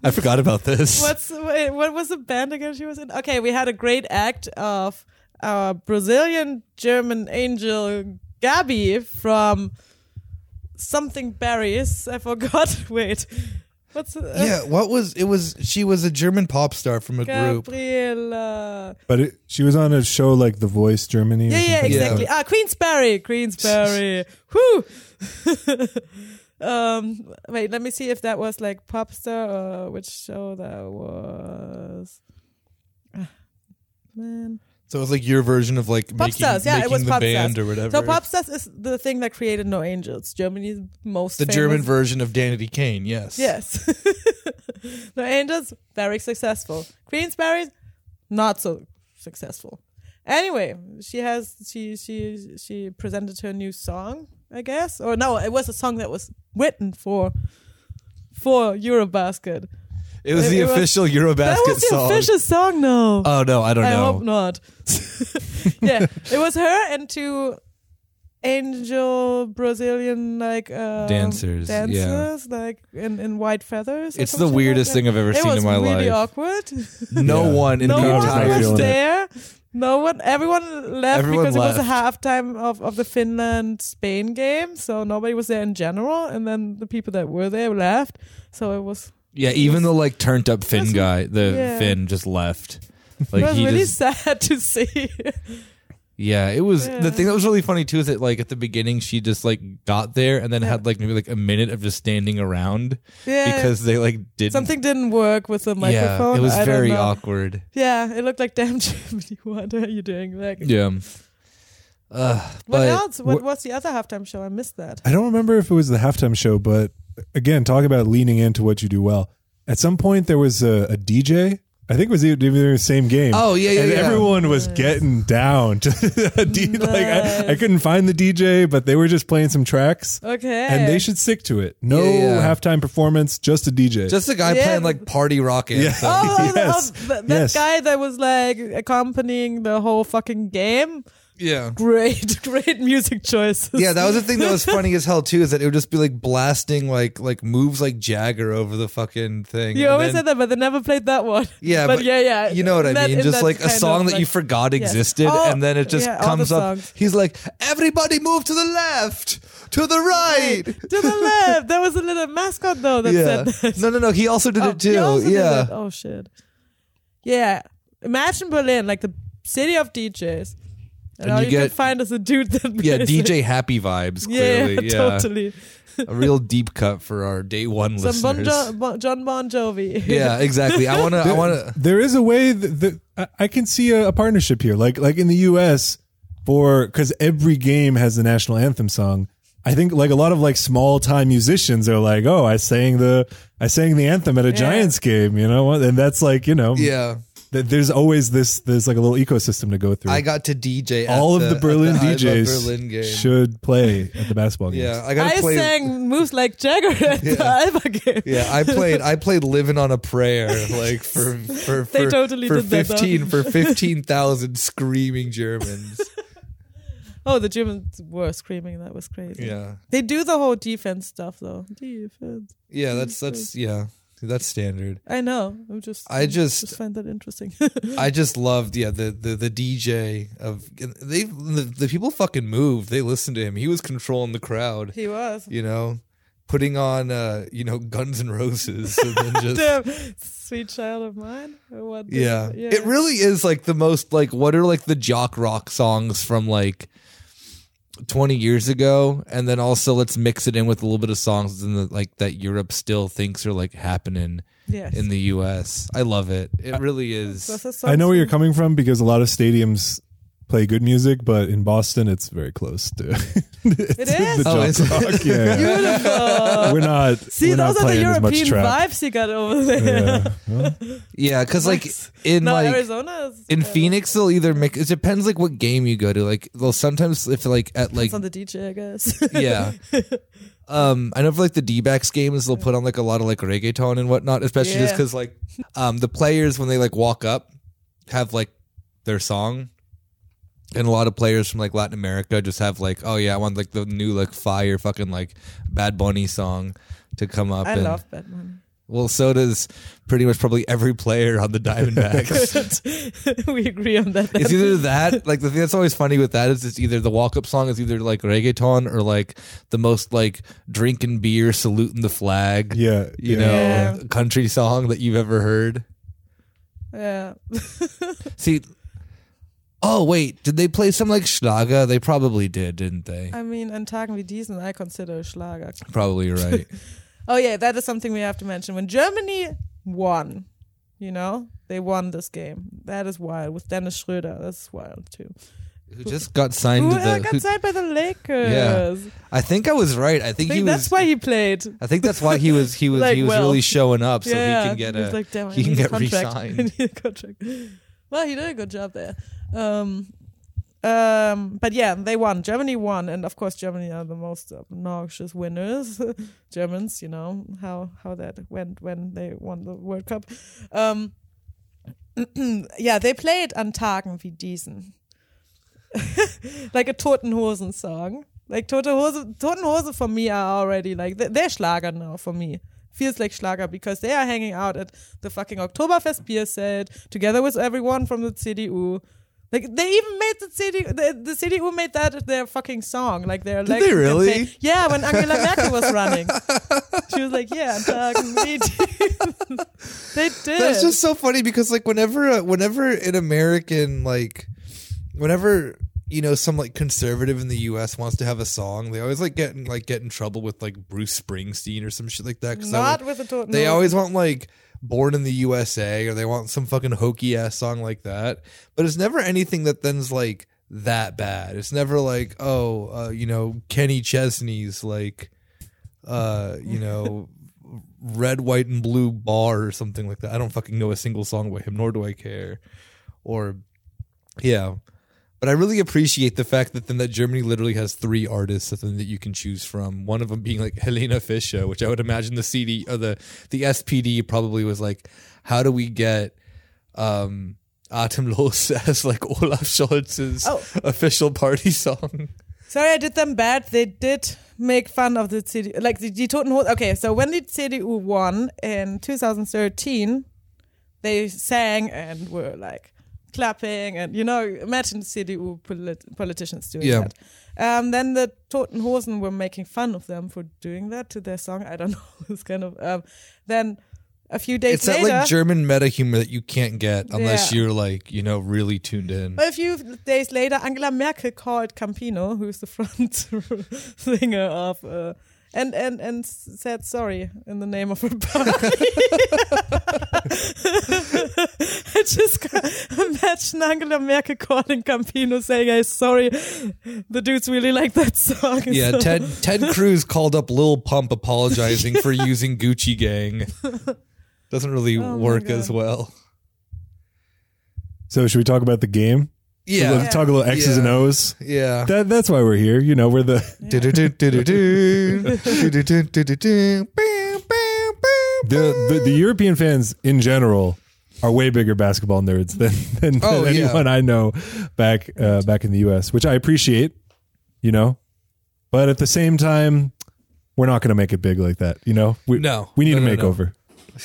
Speaker 1: I forgot about this.
Speaker 2: what's wait, what was the band again she was in? Okay, we had a great act of our Brazilian German angel Gabi from something berries. I forgot. Wait, what's uh, the-
Speaker 1: Yeah, what was it? Was she was a German pop star from a group?
Speaker 2: Gabriela.
Speaker 3: But it, she was on a show like The Voice Germany. or
Speaker 2: Yeah, yeah,
Speaker 3: something.
Speaker 2: exactly. Ah, Queensberry, Queensberry. Whoo. um, wait, let me see if that was like Popstar or which show that was. Ah, Man.
Speaker 1: So it was like your version of like making,
Speaker 2: Popstars, yeah, it
Speaker 1: making
Speaker 2: was
Speaker 1: the
Speaker 2: Popstars.
Speaker 1: band or whatever.
Speaker 2: So Popstars is the thing that created No Angels, Germany's most
Speaker 1: the
Speaker 2: famous-
Speaker 1: German version of Danity Kane, yes.
Speaker 2: Yes. no Angels, very successful. Queensberry's not so successful. Anyway, she has she she she presented her new song, I guess. Or no, it was a song that was written for for Eurobasket.
Speaker 1: It was
Speaker 2: It-
Speaker 1: the
Speaker 2: it was-
Speaker 1: official
Speaker 2: that
Speaker 1: Eurobasket
Speaker 2: was the
Speaker 1: song.
Speaker 2: official song no.
Speaker 1: oh no, I don't
Speaker 2: I
Speaker 1: know.
Speaker 2: hope not. yeah, it was her and two angel Brazilian like um,
Speaker 1: Dancers, yeah.
Speaker 2: dancers like in, in white feathers. or
Speaker 1: It's
Speaker 2: some
Speaker 1: the
Speaker 2: shit like
Speaker 1: weirdest
Speaker 2: that.
Speaker 1: thing I've ever
Speaker 2: It
Speaker 1: seen
Speaker 2: was
Speaker 1: in my
Speaker 2: really
Speaker 1: life.
Speaker 2: awkward.
Speaker 1: No
Speaker 3: Yeah.
Speaker 1: one in
Speaker 2: no
Speaker 1: the
Speaker 3: Peter
Speaker 2: one
Speaker 1: entire
Speaker 3: Tyler
Speaker 2: was
Speaker 3: feeling.
Speaker 2: there. No one. Everyone left
Speaker 1: Everyone
Speaker 2: because it was a
Speaker 1: left.
Speaker 2: halftime of of the Finland Spain game, so nobody was there in general. And then the people that were there left, so it was
Speaker 1: Yeah, even the like turned up Finn
Speaker 2: That's-
Speaker 1: guy, the
Speaker 2: yeah.
Speaker 1: Finn just left.
Speaker 2: it
Speaker 1: Like
Speaker 2: was
Speaker 1: he
Speaker 2: really
Speaker 1: just
Speaker 2: sad to see.
Speaker 1: Yeah, it was the
Speaker 2: Yeah.
Speaker 1: thing that was really funny too is that like at the beginning she just like got there and then
Speaker 2: Yeah.
Speaker 1: had like maybe like a minute of just standing around
Speaker 2: yeah,
Speaker 1: because they like didn't
Speaker 2: Something didn't work with the microphone.
Speaker 1: Yeah, it was
Speaker 2: I don't
Speaker 1: very
Speaker 2: know.
Speaker 1: awkward.
Speaker 2: Yeah, it looked like damn Germany. What are you doing? Like,
Speaker 1: Yeah. Uh,
Speaker 2: what
Speaker 1: but
Speaker 2: else? What
Speaker 3: wh-
Speaker 2: was the other halftime show? I missed that.
Speaker 3: I don't remember if it was the halftime show, but again, talk about leaning into what you do well. At some point, there was a, a DJ. I think it was even even the same game.
Speaker 1: Oh, yeah, yeah,
Speaker 3: and
Speaker 1: yeah.
Speaker 3: everyone was getting down. To the D, Like I, I
Speaker 2: Nice.
Speaker 3: couldn't find the DJ, but they were just playing some tracks,
Speaker 2: Okay.
Speaker 3: and they should stick to it. No
Speaker 1: Yeah, yeah.
Speaker 3: halftime performance, just a DJ.
Speaker 1: Just a guy
Speaker 2: Yeah.
Speaker 1: playing like party rock anthem.
Speaker 2: Oh, oh,
Speaker 3: Yes.
Speaker 2: oh, th- that
Speaker 3: Yes.
Speaker 2: guy that was like accompanying the whole fucking game.
Speaker 1: Yeah.
Speaker 2: Great, great music choices.
Speaker 1: Yeah, that was the thing that was funny as hell too, is that it would just be like blasting like like moves like Jagger over the fucking thing.
Speaker 2: You
Speaker 1: And
Speaker 2: always
Speaker 1: then-
Speaker 2: said that, but they never played that one.
Speaker 1: Yeah,
Speaker 2: but,
Speaker 1: but
Speaker 2: yeah, yeah.
Speaker 1: You know what I
Speaker 2: That-
Speaker 1: mean?
Speaker 2: in
Speaker 1: Just
Speaker 2: that
Speaker 1: like a
Speaker 2: kind
Speaker 1: song
Speaker 2: of,
Speaker 1: that you
Speaker 2: like-
Speaker 1: forgot
Speaker 2: yes.
Speaker 1: existed,
Speaker 2: Oh,
Speaker 1: and then it just
Speaker 2: yeah, all
Speaker 1: comes
Speaker 2: the
Speaker 1: up.
Speaker 2: songs.
Speaker 1: He's like, "Everybody move to the left, to the right."
Speaker 2: to the left. There was a little mascot though that
Speaker 1: yeah.
Speaker 2: said that.
Speaker 1: No, no, no. He also did
Speaker 2: Oh,
Speaker 1: it
Speaker 2: he
Speaker 1: too.
Speaker 2: also did
Speaker 1: Yeah.
Speaker 2: that. Oh shit. Yeah. Imagine Berlin, like the city of DJs. And,
Speaker 1: And
Speaker 2: all
Speaker 1: you
Speaker 2: you,
Speaker 1: get-
Speaker 2: can find is a dude that
Speaker 1: Yeah,
Speaker 2: plays it.
Speaker 1: DJ Happy Vibes. Clearly, yeah,
Speaker 2: yeah, totally.
Speaker 1: a real deep cut for our day one
Speaker 2: Some bon
Speaker 1: listeners.
Speaker 2: jo- bon, John Bon Jovi.
Speaker 1: yeah, exactly. I wanna, I wanna.
Speaker 3: there is a way that, that I- I can see a, a partnership here, like like in the U.S. for because every game has the national anthem song. I think like a lot of like small time musicians are like, oh, I sang the I sang the anthem at a Giants game, you know, and that's like you know
Speaker 1: Yeah,
Speaker 3: Th- There's always this. There's like a little ecosystem to go through.
Speaker 1: I got to DJ. at
Speaker 3: All of the,
Speaker 1: at
Speaker 3: Berlin
Speaker 1: I Love
Speaker 3: DJs
Speaker 1: Berlin game.
Speaker 3: should play at the basketball games.
Speaker 1: Yeah, I got
Speaker 2: I
Speaker 1: to play.
Speaker 2: sang moves like Jagger at the Alba game.
Speaker 1: Yeah, I played. I played "Living on a Prayer" like for for
Speaker 2: They
Speaker 1: for,
Speaker 2: totally
Speaker 1: for
Speaker 2: did that, though.
Speaker 1: fifteen for fifteen thousand screaming Germans.
Speaker 2: Oh, the Germans were screaming. That was crazy.
Speaker 1: Yeah,
Speaker 2: They do the whole defense stuff though. Defense.
Speaker 1: yeah. That's that's yeah. That's standard.
Speaker 2: I know. I'm just.
Speaker 1: I just-
Speaker 2: just find that interesting.
Speaker 1: I just loved yeah the the, the DJ of they the, the people fucking moved. They listened to him. He was controlling the crowd.
Speaker 2: he was.
Speaker 1: You know, putting on uh you know Guns N' Roses and then just.
Speaker 2: Damn, sweet child of mine. or what the-
Speaker 1: Yeah. It really is like the most like what are like the jock rock songs from like 20 years ago and then also let's mix it in with a little bit of songs in the like that Europe still thinks are like happening
Speaker 2: Yes.
Speaker 1: in the US. I love it. It really is.
Speaker 2: Was that
Speaker 3: I know where you're
Speaker 2: something?
Speaker 3: coming from because a lot of stadiums play good music, but in Boston, it's very close to.
Speaker 2: It
Speaker 3: the
Speaker 2: is.
Speaker 1: Oh,
Speaker 3: junk
Speaker 1: is it?
Speaker 3: rock. Yeah, yeah.
Speaker 2: Beautiful.
Speaker 3: we're not.
Speaker 2: See,
Speaker 3: we're not
Speaker 2: those are the
Speaker 3: playing as much
Speaker 2: European
Speaker 3: trap.
Speaker 2: vibes you got over there.
Speaker 3: Yeah. Well,
Speaker 1: Yeah, cuz like
Speaker 2: Nice.
Speaker 1: in
Speaker 2: No,
Speaker 1: like
Speaker 2: Arizona is
Speaker 1: in
Speaker 2: uh,
Speaker 1: Phoenix they'll either make it depends like what game you go to. Like they'll sometimes if like at like
Speaker 2: It's on the DJ, I guess.
Speaker 1: yeah. Um, I know for like the D-backs games, they'll put on like a lot of like reggaeton and whatnot, especially just
Speaker 2: Yeah.
Speaker 1: because like um, the players when they like walk up have like their song, and a lot of players from like Latin America just have like, oh yeah, I want like the new like fire fucking like Bad Bunny song to come up.
Speaker 2: I
Speaker 1: and,
Speaker 2: love Batman.
Speaker 1: Well, so does pretty much probably every player on the Diamondbacks.
Speaker 2: we agree on that.
Speaker 1: It's either that, like the thing that's always funny with that is it's either the walk up song is either like reggaeton or like the most like drinking beer, saluting the flag,
Speaker 3: yeah,
Speaker 1: you
Speaker 3: yeah.
Speaker 1: know,
Speaker 2: Yeah.
Speaker 1: country song that you've ever heard.
Speaker 2: yeah.
Speaker 1: See, oh wait, did they play some like Schlager? They probably did, didn't they?
Speaker 2: I mean, an Tagen wie diesen, I consider Schlager.
Speaker 1: Probably you're right.
Speaker 2: Oh yeah, that is something we have to mention. When Germany won, you know, they won this game. That is wild with Dennis Schröder. That's wild too.
Speaker 1: who just got signed
Speaker 2: Who
Speaker 1: to the?
Speaker 2: uh, got
Speaker 1: who-
Speaker 2: signed by the Lakers?
Speaker 1: I think I was right. I think
Speaker 2: I
Speaker 1: he
Speaker 2: think
Speaker 1: was.
Speaker 2: that's why he played.
Speaker 1: I think that's why he was. He was.
Speaker 2: Like,
Speaker 1: he was
Speaker 2: well.
Speaker 1: really showing up, so
Speaker 2: yeah,
Speaker 1: he can get
Speaker 2: He was
Speaker 1: a.
Speaker 2: like, Damn, I
Speaker 1: he can
Speaker 2: need a
Speaker 1: get
Speaker 2: contract.
Speaker 1: re-signed.
Speaker 2: I need a contract. Well, he did a good job there. Um, um, but yeah, they won. Germany won, and of course, Germany are the most obnoxious winners. Germans, you know how how that went when they won the World Cup. Um, yeah, they played an Tagen wie diesen, like a Totenhosen song. Like Tote Hose, Totenhose for me are already like they- they're Schlager now for me. Feels like Schlager because they are hanging out at the fucking Oktoberfest beer set together with everyone from the CDU. Like they even made the CDU, the, the CDU made that their fucking song. Like their
Speaker 1: they
Speaker 2: election
Speaker 1: really?
Speaker 2: campaign. Yeah, when Angela Merkel was running, she was like, "Yeah, Tagen wie diesen." they did.
Speaker 1: That's just so funny because like whenever uh, whenever an American like whenever you know some like conservative in the U.S. wants to have a song, they always like get in, like get in trouble with like Bruce Springsteen or some shit like that. Cause they're,
Speaker 2: not
Speaker 1: like-
Speaker 2: with the Toten.
Speaker 1: they always want like Born in the USA or they want some fucking hokey ass song like that. But it's never anything that then's like that bad. It's never like oh uh, you know Kenny Chesney's like uh you know. red, white, and blue bar or something like that. I don't fucking know a single song by him, nor do I care. Or yeah. But I really appreciate the fact that then that Germany literally has three artists that, that you can choose from. One of them being like Helena Fischer, which I would imagine the CD or the the SPD probably was like, how do we get um Atemlos as like Olaf Scholz's
Speaker 2: Oh.
Speaker 1: official party song?
Speaker 2: Sorry, I did them bad. They did make fun of the CDU, like the, the Totenhose. Okay, so when the CDU won in 2013, they sang and were like clapping and you know imagine CDU polit- politicians doing
Speaker 1: Yeah.
Speaker 2: that. Um, then the Totenhosen were making fun of them for doing that to their song. I don't know. It's kind of um, then a few days
Speaker 1: It's
Speaker 2: later.
Speaker 1: that like German meta humor that you can't get unless
Speaker 2: Yeah.
Speaker 1: you're like, you know, really tuned in.
Speaker 2: But a few days later, Angela Merkel called Campino, who's the front singer of, uh, and and and s- said sorry in the name of her party. I just ca- imagine Angela Merkel calling Campino saying, "Hey, sorry, the dudes really like that song."
Speaker 1: Yeah,
Speaker 2: So-
Speaker 1: Ted Ted Cruz called up Lil Pump apologizing for using Gucci Gang. Doesn't really
Speaker 2: Oh my
Speaker 1: work
Speaker 2: God.
Speaker 1: as well.
Speaker 3: So should we talk about the game? Let's
Speaker 1: Yeah.
Speaker 3: Talk a little X's
Speaker 1: Yeah.
Speaker 3: and O's.
Speaker 1: Yeah.
Speaker 3: That, that's why we're here. You know, we're the the, the the European fans in general are way bigger basketball nerds than than,
Speaker 1: Oh,
Speaker 3: than
Speaker 1: yeah.
Speaker 3: anyone I know back uh, back in the U.S., which I appreciate, you know. But at the same time, we're not going to make it big like that, you know. We,
Speaker 1: No.
Speaker 3: we need
Speaker 1: No,
Speaker 3: a
Speaker 1: no, no.
Speaker 3: makeover.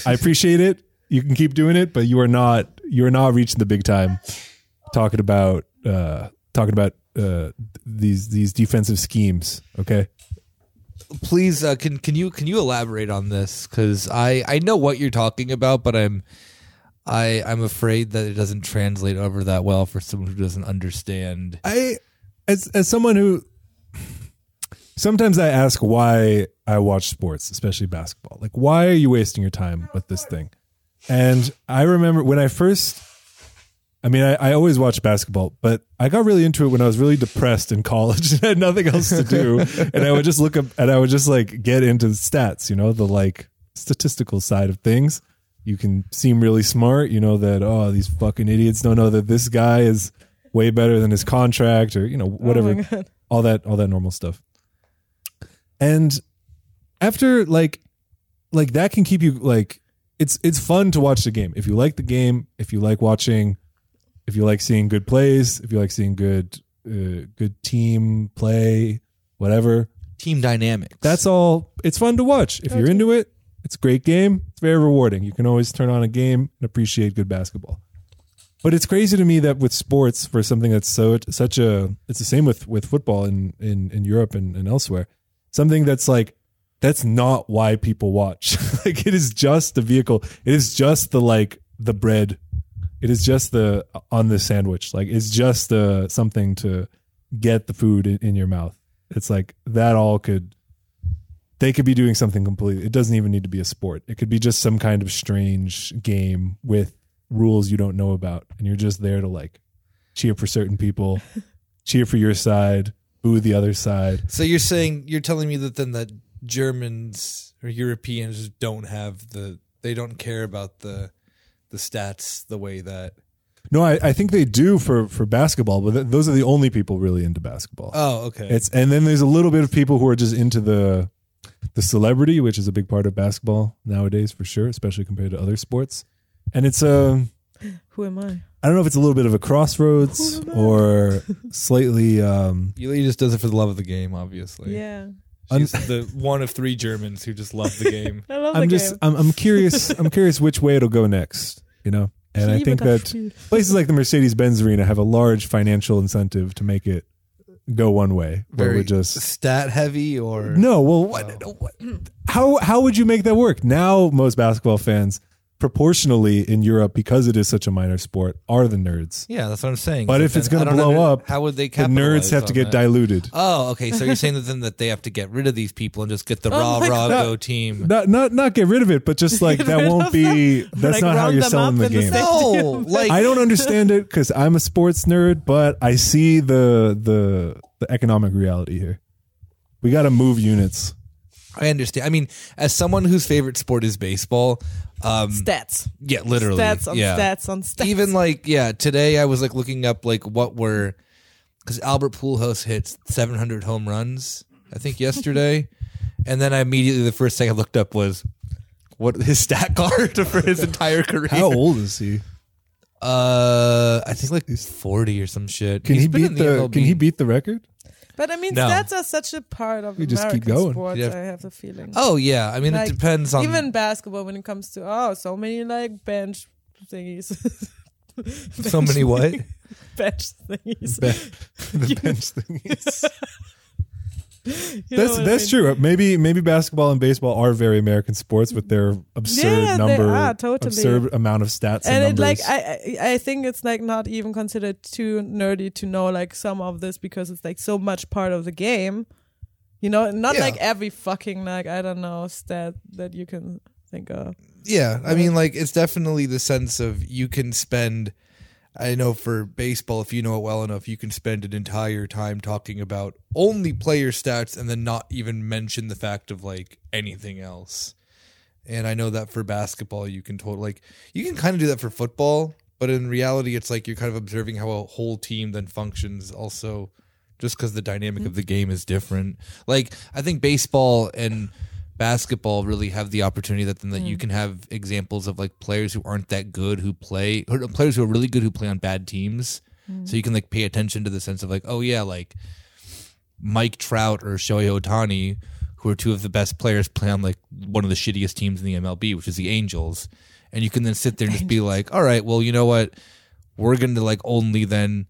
Speaker 3: I appreciate it. You can keep doing it, but you are not you are not reaching the big time. Talking about uh, talking about uh, these these defensive schemes. Okay,
Speaker 1: Please, uh, can can you can you elaborate on this? Because I I know what you're talking about, but I'm I I'm afraid that it doesn't translate over that well for someone who doesn't understand.
Speaker 3: I as as someone who sometimes I ask why I watch sports, especially basketball. Like why are you wasting your time with this thing? And I remember when I first I mean, I, I always watch basketball, but I got really into it when I was really depressed in college and had nothing else to do. and I would just look up and I would just like get into the stats, you know, the like statistical side of things. You can seem really smart, you know, that, oh, these fucking idiots don't know that this guy is way better than his contract or, you know,
Speaker 2: Oh
Speaker 3: whatever,
Speaker 2: my God.
Speaker 3: all that, all that normal stuff. And after like, like that can keep you like, it's, it's fun to watch the game. If you like the game, if you like watching, if you like seeing good plays, if you like seeing good uh, good team play, whatever.
Speaker 1: Team dynamics.
Speaker 3: That's all. It's fun to watch. If you're into it, it's a great game. It's very rewarding. You can always turn on a game and appreciate good basketball. But it's crazy to me that with sports, for something that's so such a, it's the same with with football in in in Europe and, and elsewhere. Something that's like that's not why people watch. like it is just the vehicle. It is just the like the bread. It is just the on the sandwich. Like it's just the something to get the food in, in your mouth. It's like that all could they could be doing something completely. It doesn't even need to be a sport. It could be just some kind of strange game with rules you don't know about, and you're just there to like cheer for certain people, cheer for your side, boo the other side.
Speaker 1: so you're saying you're telling me that then that Germans or Europeans don't have the they don't care about the the stats the way that
Speaker 3: No, I, I think they do for for basketball, but th- those are the only people really into basketball.
Speaker 1: oh okay
Speaker 3: It's and then there's a little bit of people who are just into the the celebrity, which is a big part of basketball nowadays for sure, especially compared to other sports. And it's um, a
Speaker 2: Who am I?
Speaker 3: I don't know if it's a little bit of a crossroads or slightly. Um,
Speaker 1: Yulia just does it for the love of the game, obviously.
Speaker 2: Yeah,
Speaker 1: She's the one of three Germans who just love the game.
Speaker 2: I love
Speaker 3: I'm
Speaker 2: the
Speaker 3: just.
Speaker 2: game.
Speaker 3: I'm, I'm curious. I'm curious which way it'll go next. You know, and I
Speaker 2: Liebe
Speaker 3: think
Speaker 2: das
Speaker 3: that
Speaker 2: Spiel.
Speaker 3: places like the Mercedes-Benz Arena have a large financial incentive to make it go one way, where we're just
Speaker 1: stat heavy or
Speaker 3: no. Well, what, what? How how would you make that work? Now, most basketball fans, proportionally in Europe, because it is such a minor sport, are the nerds.
Speaker 1: Yeah, that's what I'm saying.
Speaker 3: But if it's gonna
Speaker 1: I don't
Speaker 3: blow
Speaker 1: under-
Speaker 3: up,
Speaker 1: how would they
Speaker 3: The nerds have to get
Speaker 1: diluted.
Speaker 3: diluted.
Speaker 1: Oh, okay. So you're saying that then that they have to get rid of these people and just get the
Speaker 2: Oh
Speaker 1: raw
Speaker 2: my
Speaker 1: raw
Speaker 3: God.
Speaker 1: go team.
Speaker 3: Not not not get rid of it, but just like
Speaker 2: Get
Speaker 3: that
Speaker 2: rid
Speaker 3: won't
Speaker 2: of
Speaker 3: be. That's
Speaker 2: Like,
Speaker 3: not how
Speaker 2: round
Speaker 3: you're
Speaker 2: them
Speaker 3: selling
Speaker 2: up
Speaker 3: the
Speaker 2: in the
Speaker 3: game.
Speaker 2: same-
Speaker 1: No, like
Speaker 3: I don't understand it because I'm a sports nerd, but I see the the the economic reality here. We got to move units.
Speaker 1: I understand. I mean, as someone whose favorite sport is baseball, um,
Speaker 2: stats,
Speaker 1: yeah, literally,
Speaker 2: stats on
Speaker 1: yeah.
Speaker 2: stats on stats.
Speaker 1: Even like yeah, today I was like looking up like what were because Albert Pujols hit 700 home runs I think yesterday, and then I immediately the first thing I looked up was what his stat card for his entire career.
Speaker 3: How old is he?
Speaker 1: Uh, I think like 40 or some shit.
Speaker 3: Can
Speaker 1: He's
Speaker 3: he
Speaker 1: been
Speaker 3: beat
Speaker 1: in
Speaker 3: the,
Speaker 1: MLB.
Speaker 3: Can he beat the record?
Speaker 2: but I mean,
Speaker 1: No.
Speaker 2: stats are such a part of
Speaker 3: We just
Speaker 2: American
Speaker 3: keep going.
Speaker 2: sports.
Speaker 1: Yeah.
Speaker 2: I have the feeling.
Speaker 1: Oh yeah, I mean
Speaker 2: Like,
Speaker 1: it depends on
Speaker 2: even basketball when it comes to oh so many like bench thingies
Speaker 1: so many what.
Speaker 2: bench thingies
Speaker 3: The
Speaker 2: You-
Speaker 3: bench thing is.
Speaker 2: You know
Speaker 3: that's
Speaker 2: what I
Speaker 3: that's
Speaker 2: mean?
Speaker 3: true. Maybe maybe basketball and baseball are very American sports with their absurd
Speaker 2: Yeah, they
Speaker 3: number,
Speaker 2: are, totally.
Speaker 3: absurd amount of stats and,
Speaker 2: and it like
Speaker 3: numbers.
Speaker 2: I, I I think it's like not even considered too nerdy to know like some of this because it's like so much part of the game you know not
Speaker 1: Yeah.
Speaker 2: like every fucking like i don't know stat that you can think of
Speaker 1: Yeah, I mean like it's definitely the sense of you can spend. I know for baseball, if you know it well enough, you can spend an entire time talking about only player stats and then not even mention the fact of like anything else. And I know that for basketball, you can totally like you can kind of do that for football But in reality, it's like you're kind of observing how a whole team then functions also just because the dynamic of the game is different. Like I think baseball and basketball really have the opportunity that then that you can have examples of like players who aren't that good who play or uh, players who are really good who play on bad teams. So you can like pay attention to the sense of like, oh yeah, like Mike Trout or Shohei Otani, who are two of the best players, play on like one of the shittiest teams in the MLB, which is the Angels. And you can then sit there and just be like, all right, well, you know what? We're going to like only then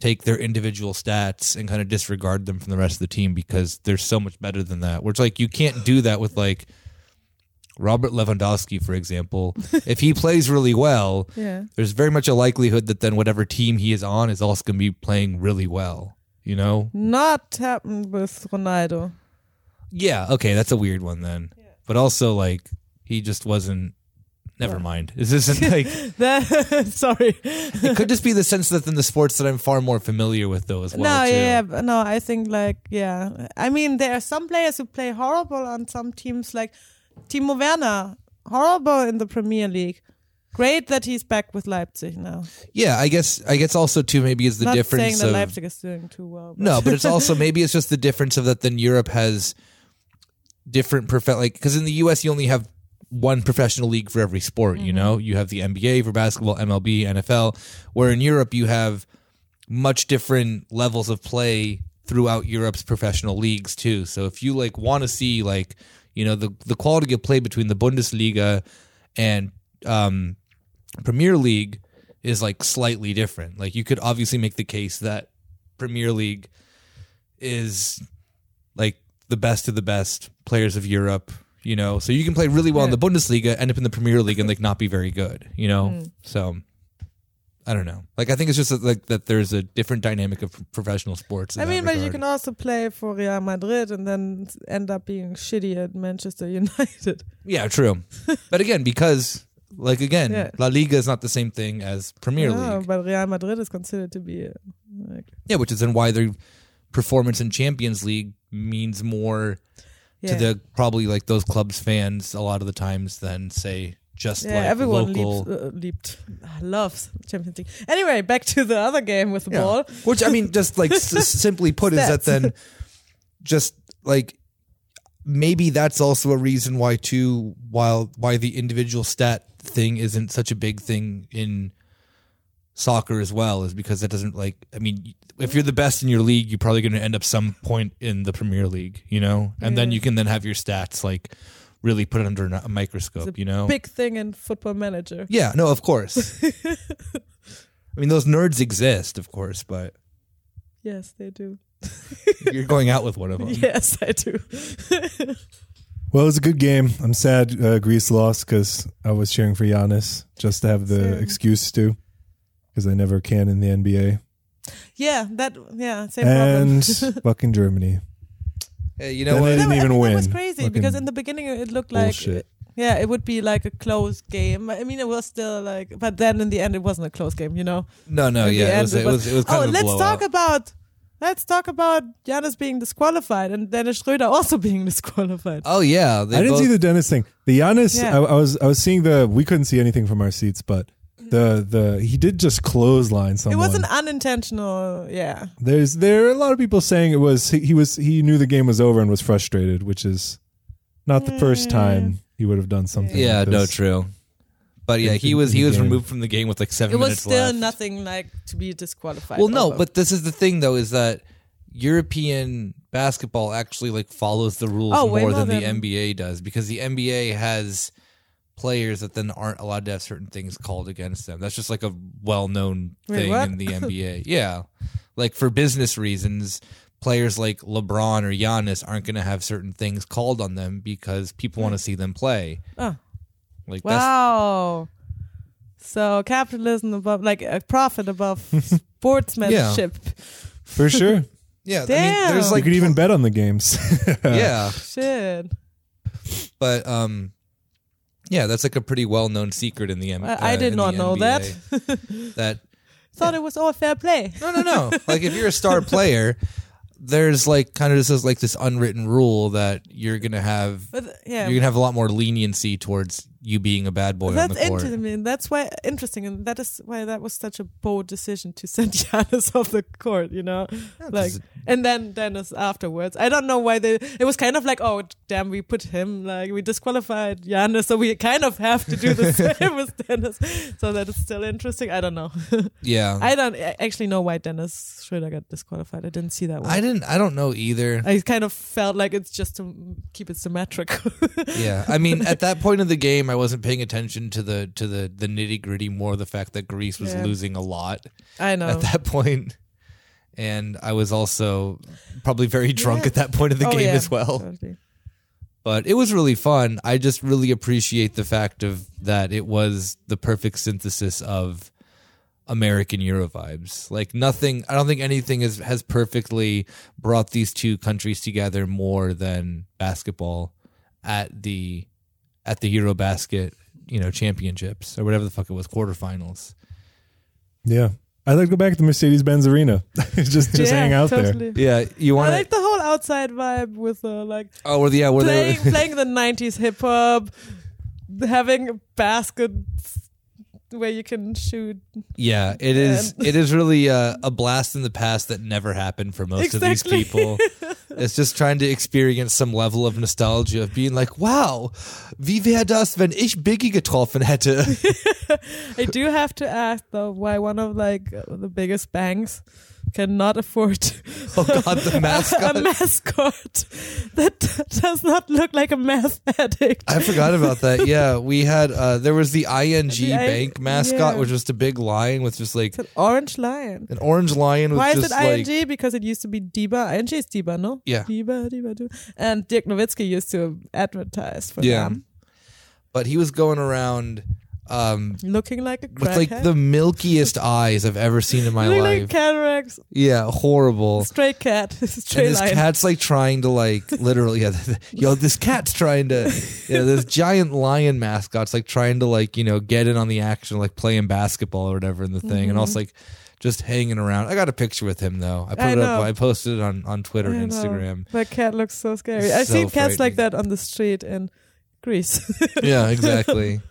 Speaker 1: take their individual stats and kind of disregard them from the rest of the team because they're so much better than that. Where it's like you can't do that with like Robert Lewandowski, for example. if he plays really well,
Speaker 2: Yeah.
Speaker 1: there's very much a likelihood that then whatever team he is on is also going to be playing really well. You know?
Speaker 2: Not happened with Ronaldo.
Speaker 1: Yeah, okay, that's a weird one then. But also like he just wasn't never mind. This isn't like
Speaker 2: That, sorry.
Speaker 1: it could just be the sense that in the sports that I'm far more familiar with though as well.
Speaker 2: no,
Speaker 1: too.
Speaker 2: yeah, but no. I think like yeah. I mean, there are some players who play horrible on some teams, like Timo Werner, horrible in the Premier League. Great that he's back with Leipzig now.
Speaker 1: Yeah, I guess I guess also too maybe is the
Speaker 2: Not saying
Speaker 1: difference
Speaker 2: that
Speaker 1: of
Speaker 2: Leipzig is doing too well. but-
Speaker 1: No, but it's also maybe it's just the difference of that then Europe has different prof like because in the US you only have one professional league for every sport, you know? You have the NBA for basketball, MLB, NFL, where in Europe you have much different levels of play throughout Europe's professional leagues too. So if you like want to see like, you know, the the quality of play between the Bundesliga and um Premier League is like slightly different. Like you could obviously make the case that Premier League is like the best of the best players of Europe, you know. So you can play really well in the Bundesliga, end up in the Premier League and like not be very good, you know.
Speaker 2: Mm.
Speaker 1: So I don't know. Like I think it's just that, like that there's a different dynamic of professional sports. in
Speaker 2: I
Speaker 1: that
Speaker 2: mean, but you
Speaker 1: regard.
Speaker 2: can also play for Real Madrid and then end up being shitty at Manchester United.
Speaker 1: Yeah, true. but again, because like again,
Speaker 2: Yeah.
Speaker 1: La Liga is not the same thing as Premier
Speaker 2: No,
Speaker 1: League.
Speaker 2: but Real Madrid is considered to be uh, like
Speaker 1: Yeah, which is then why their performance in Champions League means more
Speaker 2: yeah.
Speaker 1: to the probably like those clubs fans a lot of the times than say just
Speaker 2: yeah,
Speaker 1: like
Speaker 2: everyone
Speaker 1: local.
Speaker 2: leaps, uh, leaped, loves Champions League. Anyway, back to the other game with the
Speaker 1: Yeah.
Speaker 2: ball.
Speaker 1: Which I mean, just like s- s- simply put, is that then just like maybe that's also a reason why too while why the individual stat thing isn't such a big thing in soccer as well is because that doesn't like I mean if you're the best in your league you're probably going to end up some point in the Premier League you know and then
Speaker 2: Yeah.
Speaker 1: you can then have your stats like really put under a microscope you know
Speaker 2: Big thing in Football Manager.
Speaker 1: Yeah, no, of course. I mean, those nerds exist, of course, but
Speaker 2: Yes, they do.
Speaker 1: you're going out with one of them.
Speaker 2: Yes, I do.
Speaker 3: Well, it was a good game. I'm sad uh, Greece lost because I was cheering for Giannis just to have the
Speaker 2: Same.
Speaker 3: excuse to, because I never can in the NBA.
Speaker 2: yeah, that. Yeah, same problem.
Speaker 3: And fucking Germany.
Speaker 1: Hey, you
Speaker 3: And
Speaker 1: know
Speaker 3: they
Speaker 1: what?
Speaker 3: didn't
Speaker 2: No, I
Speaker 3: even
Speaker 2: think
Speaker 3: win.
Speaker 2: That was crazy
Speaker 3: Fucking
Speaker 2: because in the beginning it looked like.
Speaker 3: bullshit.
Speaker 2: Yeah, it would be like a close game. I mean, it was still like, but then in the end, it wasn't a close game, you know.
Speaker 1: No, no,
Speaker 2: In
Speaker 1: Oh,
Speaker 2: the
Speaker 1: yeah, it
Speaker 2: end,
Speaker 1: was, it was, it was kind
Speaker 2: oh,
Speaker 1: of a
Speaker 2: let's
Speaker 1: blowout.
Speaker 2: talk about, let's talk about Janis being disqualified and Dennis Schröder also being disqualified.
Speaker 1: oh yeah, they
Speaker 3: I didn't
Speaker 1: both-
Speaker 3: see the Dennis thing. The Giannis,
Speaker 2: Yeah.
Speaker 3: I, I was I was seeing the. We couldn't see anything from our seats, but the the he did just clothesline
Speaker 2: it
Speaker 3: someone.
Speaker 2: was an unintentional, yeah.
Speaker 3: There's there are a lot of people saying it was he, he was he knew the game was over and was frustrated, which is not the first
Speaker 2: Hmm.
Speaker 3: time he would have done something.
Speaker 1: Yeah,
Speaker 3: like
Speaker 1: no,
Speaker 3: this.
Speaker 1: true. But yeah,
Speaker 3: In-
Speaker 1: he
Speaker 3: in-
Speaker 1: was
Speaker 3: in
Speaker 1: he
Speaker 3: the
Speaker 1: was
Speaker 3: game.
Speaker 1: removed from the game with like seven
Speaker 2: It was
Speaker 1: minutes
Speaker 2: still
Speaker 1: left.
Speaker 2: nothing like to be disqualified.
Speaker 1: Well, no,
Speaker 2: over.
Speaker 1: but this is the thing though is that European basketball actually like follows the rules
Speaker 2: Oh, way
Speaker 1: more
Speaker 2: more
Speaker 1: than, the
Speaker 2: than-
Speaker 1: NBA does because the NBA has players that then aren't allowed to have certain things called against them. That's just like a well-known
Speaker 2: Wait,
Speaker 1: thing
Speaker 2: what?
Speaker 1: in the NBA. yeah. Like for business reasons, players like LeBron or Giannis aren't going to have certain things called on them because people want to see them play.
Speaker 2: Oh.
Speaker 1: Like that's
Speaker 2: Hmm. wow. So capitalism above, like a profit above sportsmanship.
Speaker 3: for sure.
Speaker 1: yeah, I mean
Speaker 2: Damn.
Speaker 1: there's
Speaker 3: you
Speaker 1: like
Speaker 3: could even uh, bet on the games.
Speaker 1: yeah.
Speaker 2: Shit.
Speaker 1: but um yeah that's like a pretty well-known secret in the M-
Speaker 2: I, I
Speaker 1: uh,
Speaker 2: did
Speaker 1: in
Speaker 2: not
Speaker 1: the
Speaker 2: know
Speaker 1: NBA,
Speaker 2: that.
Speaker 1: that
Speaker 2: Thought it was all fair play.
Speaker 1: no no no like if you're a star player there's like kind of this is like this unwritten rule that you're gonna have
Speaker 2: But yeah,
Speaker 1: you're gonna have a lot more leniency towards you being a bad boy
Speaker 2: That's
Speaker 1: on the court.
Speaker 2: interesting. I mean, that's why interesting, and that is why that was such a bold decision to send Giannis off the court. You know, like, and then Dennis afterwards. I don't know why they. It was kind of like, oh damn, we put him like we disqualified Giannis, so we kind of have to do the same as Dennis. So that is still interesting. I don't know.
Speaker 1: yeah, I,
Speaker 2: I don't a- actually know why Dennis Schroeder got disqualified. I didn't see that one. I,
Speaker 1: didn't. I don't know either.
Speaker 2: kind of felt like it's just to keep it symmetrical.
Speaker 1: yeah, I mean, at that point of the game, I wasn't paying attention to the to the the nitty gritty more the fact that Greece was
Speaker 2: Yeah.
Speaker 1: losing a lot
Speaker 2: I know.
Speaker 1: at that point, and I was also probably very drunk
Speaker 2: Yeah.
Speaker 1: at that point of the
Speaker 2: Oh,
Speaker 1: game
Speaker 2: yeah.
Speaker 1: as well.
Speaker 2: Totally.
Speaker 1: but it was really fun. I just really appreciate the fact of that it was the perfect synthesis of American Euro vibes. Like nothing, I don't think anything is, has perfectly brought these two countries together more than basketball at the at the Euro basket, you know, championships or whatever the fuck it was, quarterfinals.
Speaker 3: Yeah. I'd like to go back to the Mercedes Benz Arena. just just
Speaker 2: Yeah,
Speaker 3: hang out there.
Speaker 2: totally.
Speaker 1: Yeah, you
Speaker 2: I
Speaker 1: want
Speaker 2: like the whole outside vibe with uh, like
Speaker 1: Oh, where the yeah, where
Speaker 2: playing
Speaker 1: they were,
Speaker 2: playing the '90s hip hop, having baskets where you can shoot.
Speaker 1: yeah, it is. It is really uh, a, a blast in the past that never happened for most of
Speaker 2: Exactly.
Speaker 1: these people. It's just trying to experience some level of nostalgia of being like, wow, wie wäre das, wenn ich Biggie getroffen hätte?
Speaker 2: I do have to ask though why one of like uh, the biggest banks cannot afford
Speaker 1: Oh God, the
Speaker 2: a
Speaker 1: mascot.
Speaker 2: mascot that does not look like a meth addict.
Speaker 1: I forgot about that. Yeah, we had uh there was the ING
Speaker 2: I-
Speaker 1: bank mascot,
Speaker 2: yeah.
Speaker 1: which was just a big lion with just like
Speaker 2: It's an orange lion.
Speaker 1: an orange lion with
Speaker 2: Why is
Speaker 1: just
Speaker 2: it
Speaker 1: like
Speaker 2: ING? because it used to be Diba. ING is Diba, no?
Speaker 1: Yeah.
Speaker 2: Diba, Diba, Diba. And Dirk Nowitzki used to advertise for
Speaker 1: Yeah.
Speaker 2: them.
Speaker 1: But he was going around um
Speaker 2: Looking like a
Speaker 1: with
Speaker 2: crackhead.
Speaker 1: like the milkiest eyes I've ever seen in my
Speaker 2: Looking
Speaker 1: life.
Speaker 2: like cataracts.
Speaker 1: yeah, horrible.
Speaker 2: Stray cat.
Speaker 1: and
Speaker 2: Stray
Speaker 1: this
Speaker 2: lion.
Speaker 1: cat's like trying to like literally yeah, yo this cat's trying to you know, this giant lion mascot's like trying to like you know get in on the action like playing basketball or whatever in the thing and also like just hanging around i got a picture with him though i put
Speaker 2: Mm-hmm. I
Speaker 1: it up
Speaker 2: know.
Speaker 1: i posted it on on twitter
Speaker 2: I
Speaker 1: and
Speaker 2: know.
Speaker 1: instagram
Speaker 2: That cat looks so scary. I've
Speaker 1: So
Speaker 2: seen cats like
Speaker 1: frightening.
Speaker 2: that on the street in Greece.
Speaker 1: yeah exactly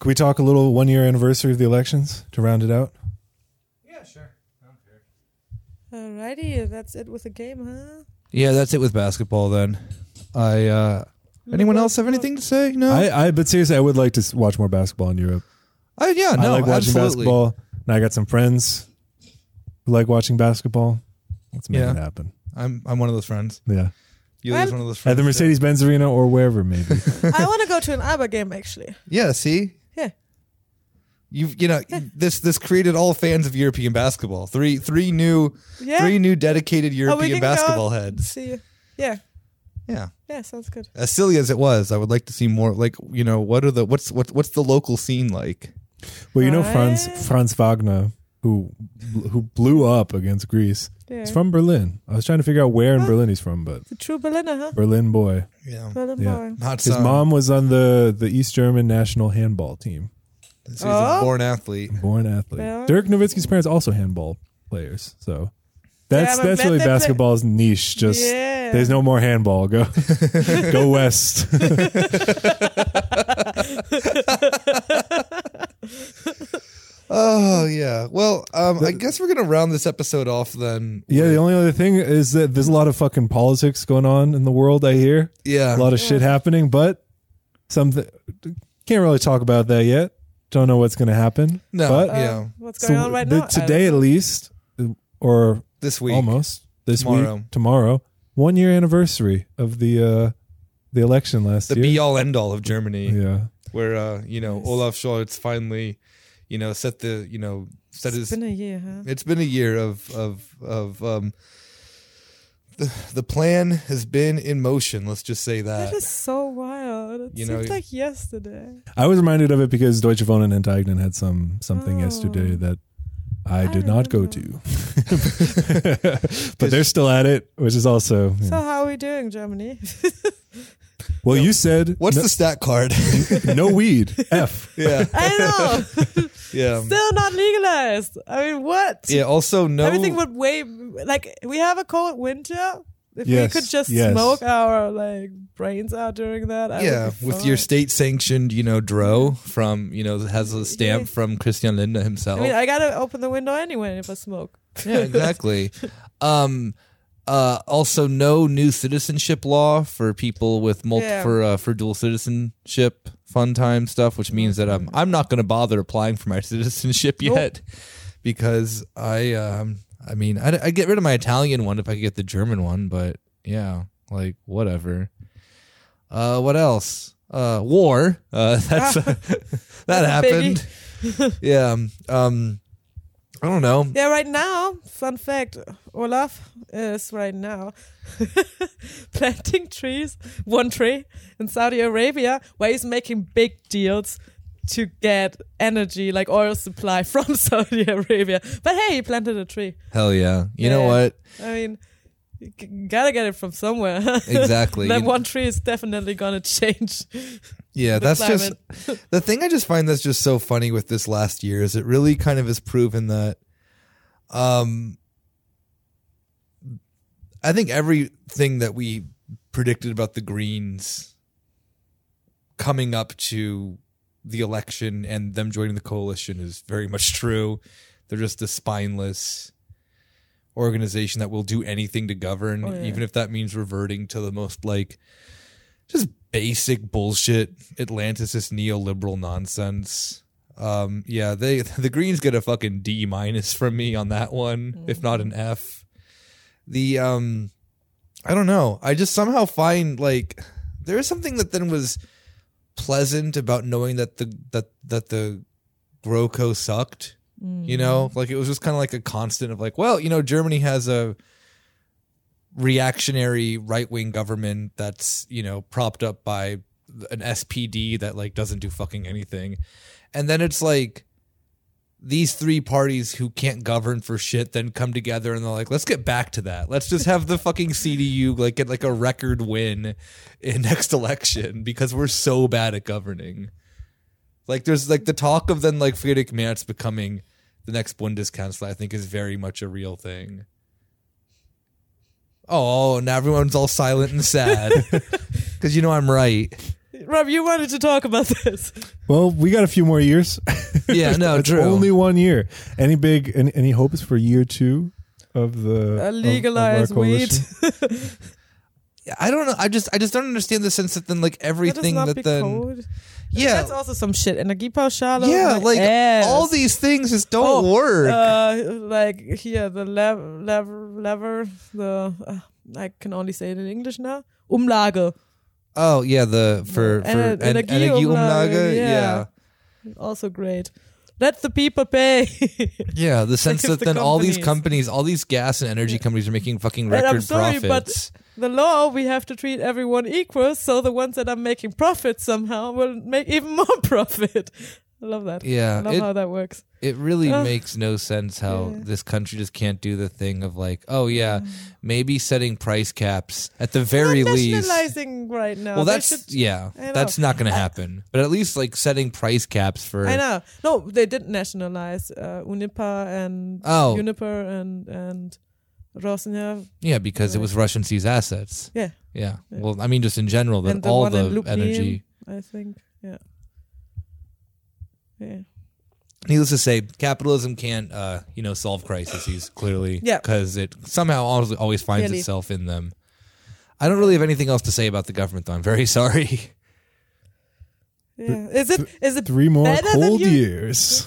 Speaker 3: Can we talk a little one year anniversary of the elections to round it out?
Speaker 2: Alrighty, that's it with the game, huh?
Speaker 1: yeah that's it with basketball then i uh anyone else have anything to say no
Speaker 3: I, I but seriously, I would like to s- watch more basketball in Europe.
Speaker 1: I- yeah
Speaker 3: I
Speaker 1: Uh, no
Speaker 3: like watching
Speaker 1: absolutely
Speaker 3: basketball, and I got some friends who like watching basketball. Let's make
Speaker 1: Yeah.
Speaker 3: it happen.
Speaker 1: i'm i'm one of those friends
Speaker 3: Yeah,
Speaker 1: you
Speaker 2: Well,
Speaker 1: is one of those friends
Speaker 3: at the
Speaker 1: too.
Speaker 3: Mercedes Benz Arena or wherever, maybe.
Speaker 2: I want to go to an ABBA game, actually.
Speaker 1: Yeah, see?
Speaker 2: Yeah.
Speaker 1: You you know this this created all fans of European basketball. Three three new
Speaker 2: Yeah.
Speaker 1: three new dedicated
Speaker 2: Oh, we
Speaker 1: European
Speaker 2: can go
Speaker 1: basketball heads.
Speaker 2: See you. Yeah.
Speaker 1: Yeah.
Speaker 2: Yeah, sounds good.
Speaker 1: As silly as it was, I would like to see more like you know, what are the what's what what's the local scene like?
Speaker 3: well, you know Franz
Speaker 2: Right.
Speaker 3: Franz Wagner, who who blew up against Greece.
Speaker 2: Yeah.
Speaker 3: He's from Berlin. I was trying to figure out where in
Speaker 2: Huh?
Speaker 3: Berlin he's from, but
Speaker 2: The true Berliner, huh?
Speaker 3: Berlin boy.
Speaker 1: Yeah.
Speaker 2: Berlin
Speaker 3: Yeah.
Speaker 2: boy.
Speaker 1: Not
Speaker 3: His
Speaker 1: some-
Speaker 3: mom was on the the East German national handball team.
Speaker 1: He's a
Speaker 2: Oh.
Speaker 1: born athlete.
Speaker 3: Born athlete.
Speaker 2: Yeah.
Speaker 3: Dirk Nowitzki's parents also handball players. So that's
Speaker 2: but
Speaker 3: that's
Speaker 2: let
Speaker 3: really
Speaker 2: them play-
Speaker 3: basketball's niche. Just
Speaker 2: Yeah.
Speaker 3: there's no more handball. Go go west.
Speaker 1: Oh yeah. Well, um, I guess we're gonna round this episode off then.
Speaker 3: yeah. The only other thing is that there's a lot of fucking politics going on in the world. I hear
Speaker 1: Yeah.
Speaker 3: a lot of shit happening, but something can't really talk about that yet. Don't know what's going to happen.
Speaker 1: No,
Speaker 3: But
Speaker 1: uh, Yeah.
Speaker 2: What's
Speaker 3: so
Speaker 2: going on right
Speaker 3: the-
Speaker 2: now? I
Speaker 3: today at least, or
Speaker 1: This week.
Speaker 3: almost this
Speaker 1: Tomorrow.
Speaker 3: week tomorrow one year anniversary of the uh the election last
Speaker 1: The
Speaker 3: year
Speaker 1: be all end all of Germany.
Speaker 3: yeah
Speaker 1: where uh, you know Olaf Scholz finally, you know, set the you know set his.
Speaker 2: It's been a year, huh?
Speaker 1: it's been a year of of of um. The the plan has been in motion. Let's just say that.
Speaker 2: That is so wild. It
Speaker 1: you know,
Speaker 2: seems like yesterday.
Speaker 3: i was reminded of it because deutsche Wohnen and Enteignen had some something
Speaker 2: Oh.
Speaker 3: yesterday that i
Speaker 2: I
Speaker 3: did not go
Speaker 2: remember.
Speaker 3: to but they're still at it which is also you
Speaker 2: So
Speaker 3: know.
Speaker 2: how are we doing, Germany?
Speaker 3: well you said
Speaker 1: What's
Speaker 3: no,
Speaker 1: the stat card?
Speaker 3: no weed f
Speaker 1: yeah,
Speaker 2: I know.
Speaker 1: yeah,
Speaker 2: Still not legalized. I mean, what?
Speaker 1: yeah. Also, no.
Speaker 2: Everything would way like we have a cold winter. If
Speaker 3: Yes,
Speaker 2: we could just
Speaker 3: yes.
Speaker 2: smoke our like brains out during that, I
Speaker 1: yeah,
Speaker 2: would be
Speaker 1: with your
Speaker 2: fine.
Speaker 1: state-sanctioned, you know, dro from you know has a stamp
Speaker 2: Yeah.
Speaker 1: from Christian Lindner himself.
Speaker 2: I mean, I gotta open the window anyway if I smoke.
Speaker 1: yeah, exactly. um, uh, also, no new citizenship law for people with multi-
Speaker 2: Yeah.
Speaker 1: for uh, for dual citizenship. Fun time stuff, which means that I'm I'm not going to bother applying for my citizenship
Speaker 2: Nope.
Speaker 1: yet because I um I mean I I get rid of my Italian one if I could get the German one, but yeah, like whatever. Uh, what else? Uh, war. Uh, that's that
Speaker 2: That's a
Speaker 1: happened. yeah. Um, I don't know.
Speaker 2: Yeah, right now, fun fact Olaf is right now planting trees, one tree in Saudi Arabia, where he's making big deals to get energy, like oil supply from Saudi Arabia. But hey, he planted a tree.
Speaker 1: Hell yeah. You know
Speaker 2: Yeah.
Speaker 1: what?
Speaker 2: I mean, you g- gotta get it from somewhere.
Speaker 1: Exactly.
Speaker 2: that
Speaker 1: You-
Speaker 2: one tree is definitely gonna change.
Speaker 1: Yeah, that's
Speaker 2: climate.
Speaker 1: just the thing I just find that's just so funny with this last year is it really kind of has proven that um I think everything that we predicted about the Greens coming up to the election and them joining the coalition is very much true. They're just a spineless organization that will do anything to govern,
Speaker 2: Oh, yeah.
Speaker 1: even if that means reverting to the most like just basic bullshit Atlanticist neoliberal nonsense. Um, yeah, they the Greens get a fucking D minus from me on that one,
Speaker 2: Mm.
Speaker 1: if not an F. The um, I don't know. I just somehow find like there is something that then was pleasant about knowing that the that that the Groco sucked.
Speaker 2: Mm.
Speaker 1: You know, like it was just kind of like a constant of like, well, you know, Germany has a reactionary right wing government that's you know propped up by an SPD that like doesn't do fucking anything, and then it's like these three parties who can't govern for shit then come together and they're like, let's get back to that. Let's just have the fucking CDU like get like a record win in next election because we're so bad at governing. Like there's like the talk of then like Friedrich Merz becoming the next Bundeskanzler, I think is very much a real thing. Oh, now everyone's all silent and sad. Cause you know I'm right.
Speaker 2: Rob, you wanted to talk about this.
Speaker 3: Well, we got a few more years.
Speaker 1: Yeah, no,
Speaker 3: it's
Speaker 1: true.
Speaker 3: only one year. Any big any, any hopes for year two of the
Speaker 2: Uh,
Speaker 3: of- of our
Speaker 2: legalize weed.
Speaker 3: coalition?
Speaker 1: I don't know. I just I just don't understand the sense that then like everything
Speaker 2: not
Speaker 1: that,
Speaker 2: be
Speaker 1: then
Speaker 2: cold.
Speaker 1: Yeah.
Speaker 2: That's also some shit. Energiepauschale.
Speaker 1: yeah,
Speaker 2: my
Speaker 1: like
Speaker 2: ass.
Speaker 1: all these things just don't
Speaker 2: Oh,
Speaker 1: work.
Speaker 2: Uh, like here, the lev- lever, lever, the uh, I can only say it in English now. Umlage,
Speaker 1: oh yeah, the for for
Speaker 2: Ener-
Speaker 1: en-
Speaker 2: Energieumlage,
Speaker 1: Energieumlage, yeah.
Speaker 2: yeah. also great. Let the people pay.
Speaker 1: Yeah, the sense
Speaker 2: Like,
Speaker 1: that
Speaker 2: it's the
Speaker 1: then all these
Speaker 2: companies.
Speaker 1: companies, all these gas and energy companies are making fucking
Speaker 2: And I'm
Speaker 1: record
Speaker 2: sorry, but-
Speaker 1: profits.
Speaker 2: the law we have to treat everyone equal, so the ones that are making profit somehow will make even more profit. I love that. I
Speaker 1: yeah,
Speaker 2: love
Speaker 1: it,
Speaker 2: how that works.
Speaker 1: it really
Speaker 2: Ugh.
Speaker 1: makes no sense how
Speaker 2: Yeah. Mm.
Speaker 1: this country just can't do the thing of like, oh yeah, maybe setting price caps at the very
Speaker 2: Not
Speaker 1: least.
Speaker 2: nationalizing right now.
Speaker 1: Well,
Speaker 2: They
Speaker 1: that's
Speaker 2: should-
Speaker 1: yeah,
Speaker 2: I know.
Speaker 1: that's not going to happen. But at least like setting price caps for
Speaker 2: I know. No, they did nationalize uh, Unipa and
Speaker 1: Oh.
Speaker 2: Uniper and and Rosneft.
Speaker 1: yeah, because it was Russian seized assets.
Speaker 2: Yeah.
Speaker 1: yeah.
Speaker 2: Yeah.
Speaker 1: Well, I mean, just in general, that
Speaker 2: And the
Speaker 1: all
Speaker 2: one in
Speaker 1: the
Speaker 2: Lubmin.
Speaker 1: energy.
Speaker 2: I think. Yeah. Yeah.
Speaker 1: needless to say, capitalism can't, uh, you know, solve crises clearly
Speaker 2: Yeah.
Speaker 1: because it somehow always, always finds
Speaker 2: Clearly.
Speaker 1: itself in them. I don't really have anything else to say about the government, though. I'm very sorry.
Speaker 2: Yeah. Is it is it
Speaker 3: Three more
Speaker 2: Better than
Speaker 3: cold
Speaker 2: you-
Speaker 3: years.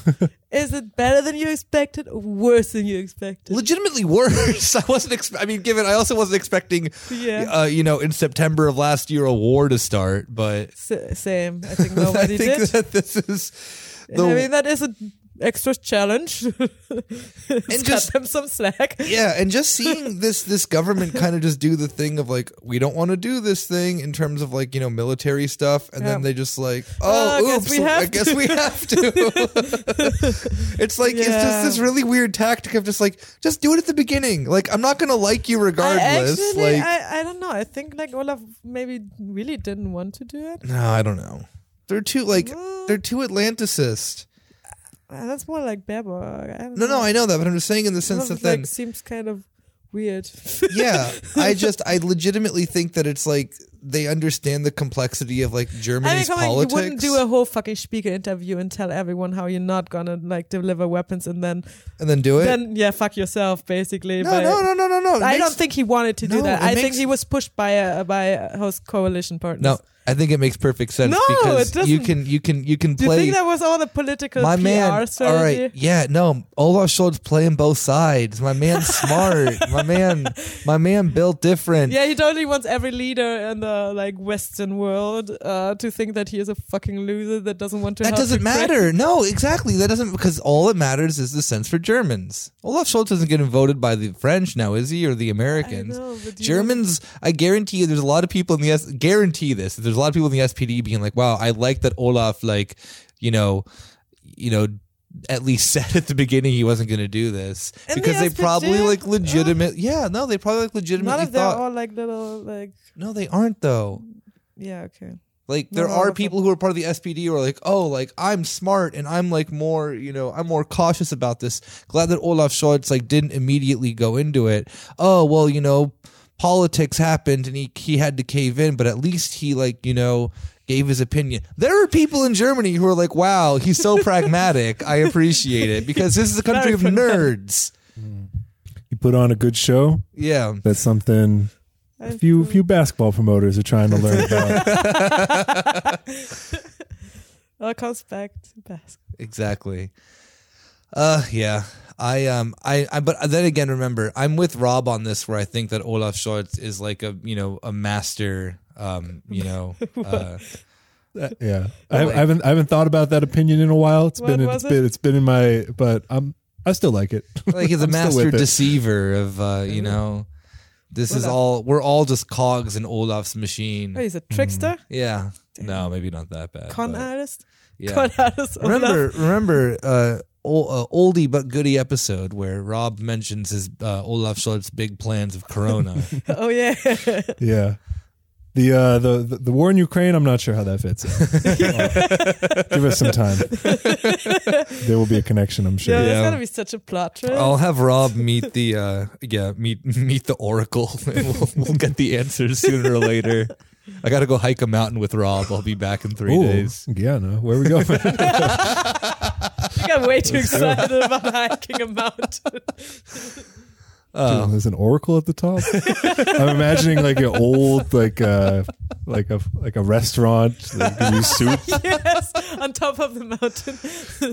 Speaker 2: is it better than you expected or worse than you expected?
Speaker 1: Legitimately worse. I wasn't. Expe- I mean, given I also wasn't expecting,
Speaker 2: Yeah.
Speaker 1: uh, you know, in September of last year, a war to start. But
Speaker 2: S- same. I think
Speaker 1: I
Speaker 2: nobody
Speaker 1: think
Speaker 2: did.
Speaker 1: that this is the-
Speaker 2: I mean that is an extra challenge. and
Speaker 1: just-
Speaker 2: cut them some slack.
Speaker 1: yeah and just seeing this this government kind of just do the thing of like we don't want to do this thing in terms of like you know military stuff and then
Speaker 2: Yeah.
Speaker 1: they just like oh
Speaker 2: guess
Speaker 1: oops
Speaker 2: we have
Speaker 1: i guess
Speaker 2: to."
Speaker 1: we have to it's like it's just
Speaker 2: Yeah.
Speaker 1: this really weird tactic of just like just do it at the beginning like i'm not gonna like you regardless
Speaker 2: I actually,
Speaker 1: like
Speaker 2: I, I don't know. I think like Olaf maybe really didn't want to do it.
Speaker 1: no i don't know they're too like
Speaker 2: Well-
Speaker 1: they're too atlanticist
Speaker 2: Uh, That's more like Baerbock. I don't
Speaker 1: no no
Speaker 2: know.
Speaker 1: i know that but i'm just saying in the sense
Speaker 2: Olaf,
Speaker 1: that then
Speaker 2: like, seems kind of weird.
Speaker 1: yeah, I just I legitimately think that it's like they understand the complexity of like
Speaker 2: I mean,
Speaker 1: Germany's
Speaker 2: come on, you
Speaker 1: politics.
Speaker 2: wouldn't do a whole fucking Spiegel interview and tell everyone how you're not gonna like deliver weapons and then
Speaker 1: and then do it.
Speaker 2: then yeah, fuck yourself basically.
Speaker 1: no,
Speaker 2: but
Speaker 1: no, no, no, no, no. It
Speaker 2: I don't
Speaker 1: makes-
Speaker 2: think he wanted to do
Speaker 1: Oh, No,
Speaker 2: that.
Speaker 1: it
Speaker 2: I think
Speaker 1: makes-
Speaker 2: he was pushed by a by a host coalition partners.
Speaker 1: No, I think it makes perfect sense
Speaker 2: No,
Speaker 1: because
Speaker 2: it doesn't.
Speaker 1: you can you can you can
Speaker 2: Do you
Speaker 1: play
Speaker 2: think that was all the political
Speaker 1: my
Speaker 2: PR
Speaker 1: man. All
Speaker 2: strategy?
Speaker 1: right, yeah, no, Olaf Scholz playing both sides. My man's smart. my man, my man built different.
Speaker 2: Yeah, he totally wants every leader in the like Western world uh, to think that he is a fucking loser that doesn't want to.
Speaker 1: That
Speaker 2: help
Speaker 1: doesn't
Speaker 2: Ukraine.
Speaker 1: matter. No, exactly. That doesn't because all that matters is the sense for Germans. Olaf Scholz isn't getting voted by the French now, is he, or the
Speaker 2: I
Speaker 1: Americans?
Speaker 2: know, but you-
Speaker 1: Germans, I guarantee you, there's a lot of people in the S. Guarantee this. There's a lot of people in the SPD being like, "Wow, I like that Olaf, like, you know, you know, at least said at the beginning he wasn't going to do this
Speaker 2: And the
Speaker 1: because they
Speaker 2: SPD?
Speaker 1: probably like legitimate. yeah, no, they probably like
Speaker 2: Oh. None
Speaker 1: legitimately
Speaker 2: of them are
Speaker 1: thought.
Speaker 2: all like little like
Speaker 1: no, they aren't though.
Speaker 2: yeah okay.
Speaker 1: Like
Speaker 2: No,
Speaker 1: there
Speaker 2: no,
Speaker 1: are
Speaker 2: okay.
Speaker 1: people who are part of the SPD who are like, oh, like I'm smart and I'm like more, you know, I'm more cautious about this. Glad that Olaf Scholz like didn't immediately go into it. Oh well, you know, politics happened and he he had to cave in, but at least he like you know gave his opinion. There are people in Germany who are like, wow, he's so pragmatic. I appreciate it because this is a country
Speaker 2: Very
Speaker 1: of nerds.
Speaker 3: You put on a good show.
Speaker 1: Yeah.
Speaker 3: That's something a few few basketball promoters are trying to learn about.
Speaker 2: Well, it comes back to basketball.
Speaker 1: Exactly. Uh yeah. I um I, I but then again remember I'm with Rob on this where I think that Olaf Scholz is like a you know a master um you know uh,
Speaker 3: yeah, I, I haven't I haven't thought about that opinion in a while. It's
Speaker 2: What
Speaker 3: been
Speaker 2: was
Speaker 3: it's been
Speaker 2: it?
Speaker 3: it's been in my but I'm I still like it.
Speaker 1: like he's a
Speaker 3: I'm still
Speaker 1: master
Speaker 3: with it.
Speaker 1: deceiver of uh you know this is
Speaker 2: Olaf.
Speaker 1: all we're all just cogs in Olaf's machine.
Speaker 2: Oh, he's a
Speaker 1: Mm-hmm.
Speaker 2: trickster,
Speaker 1: Yeah. No, maybe not that bad.
Speaker 2: con
Speaker 1: but,
Speaker 2: artist,
Speaker 1: yeah.
Speaker 2: con artist. Olaf.
Speaker 1: remember remember uh, ol- uh oldie but goodie episode where Rob mentions his uh, Olaf Scholz big plans of Corona.
Speaker 2: Oh yeah.
Speaker 3: Yeah. The, uh, the the the war in Ukraine. I'm not sure how that fits. in. Give us some time. there will be a connection, I'm sure.
Speaker 2: yeah,
Speaker 1: Yeah. Oh,
Speaker 2: there's gonna be such a plot twist.
Speaker 1: I'll have Rob meet the uh yeah meet meet the Oracle and we'll, we'll get the answers sooner or later. I got to go hike a mountain with Rob. I'll be back in three
Speaker 3: Ooh.
Speaker 1: days.
Speaker 3: Yeah, no. Where we going?
Speaker 2: I think I'm way too excited about hiking a mountain.
Speaker 1: Oh.
Speaker 3: There's an oracle at the top. I'm imagining like an old like uh like a like a restaurant that give you soup.
Speaker 2: yes, on top of the mountain.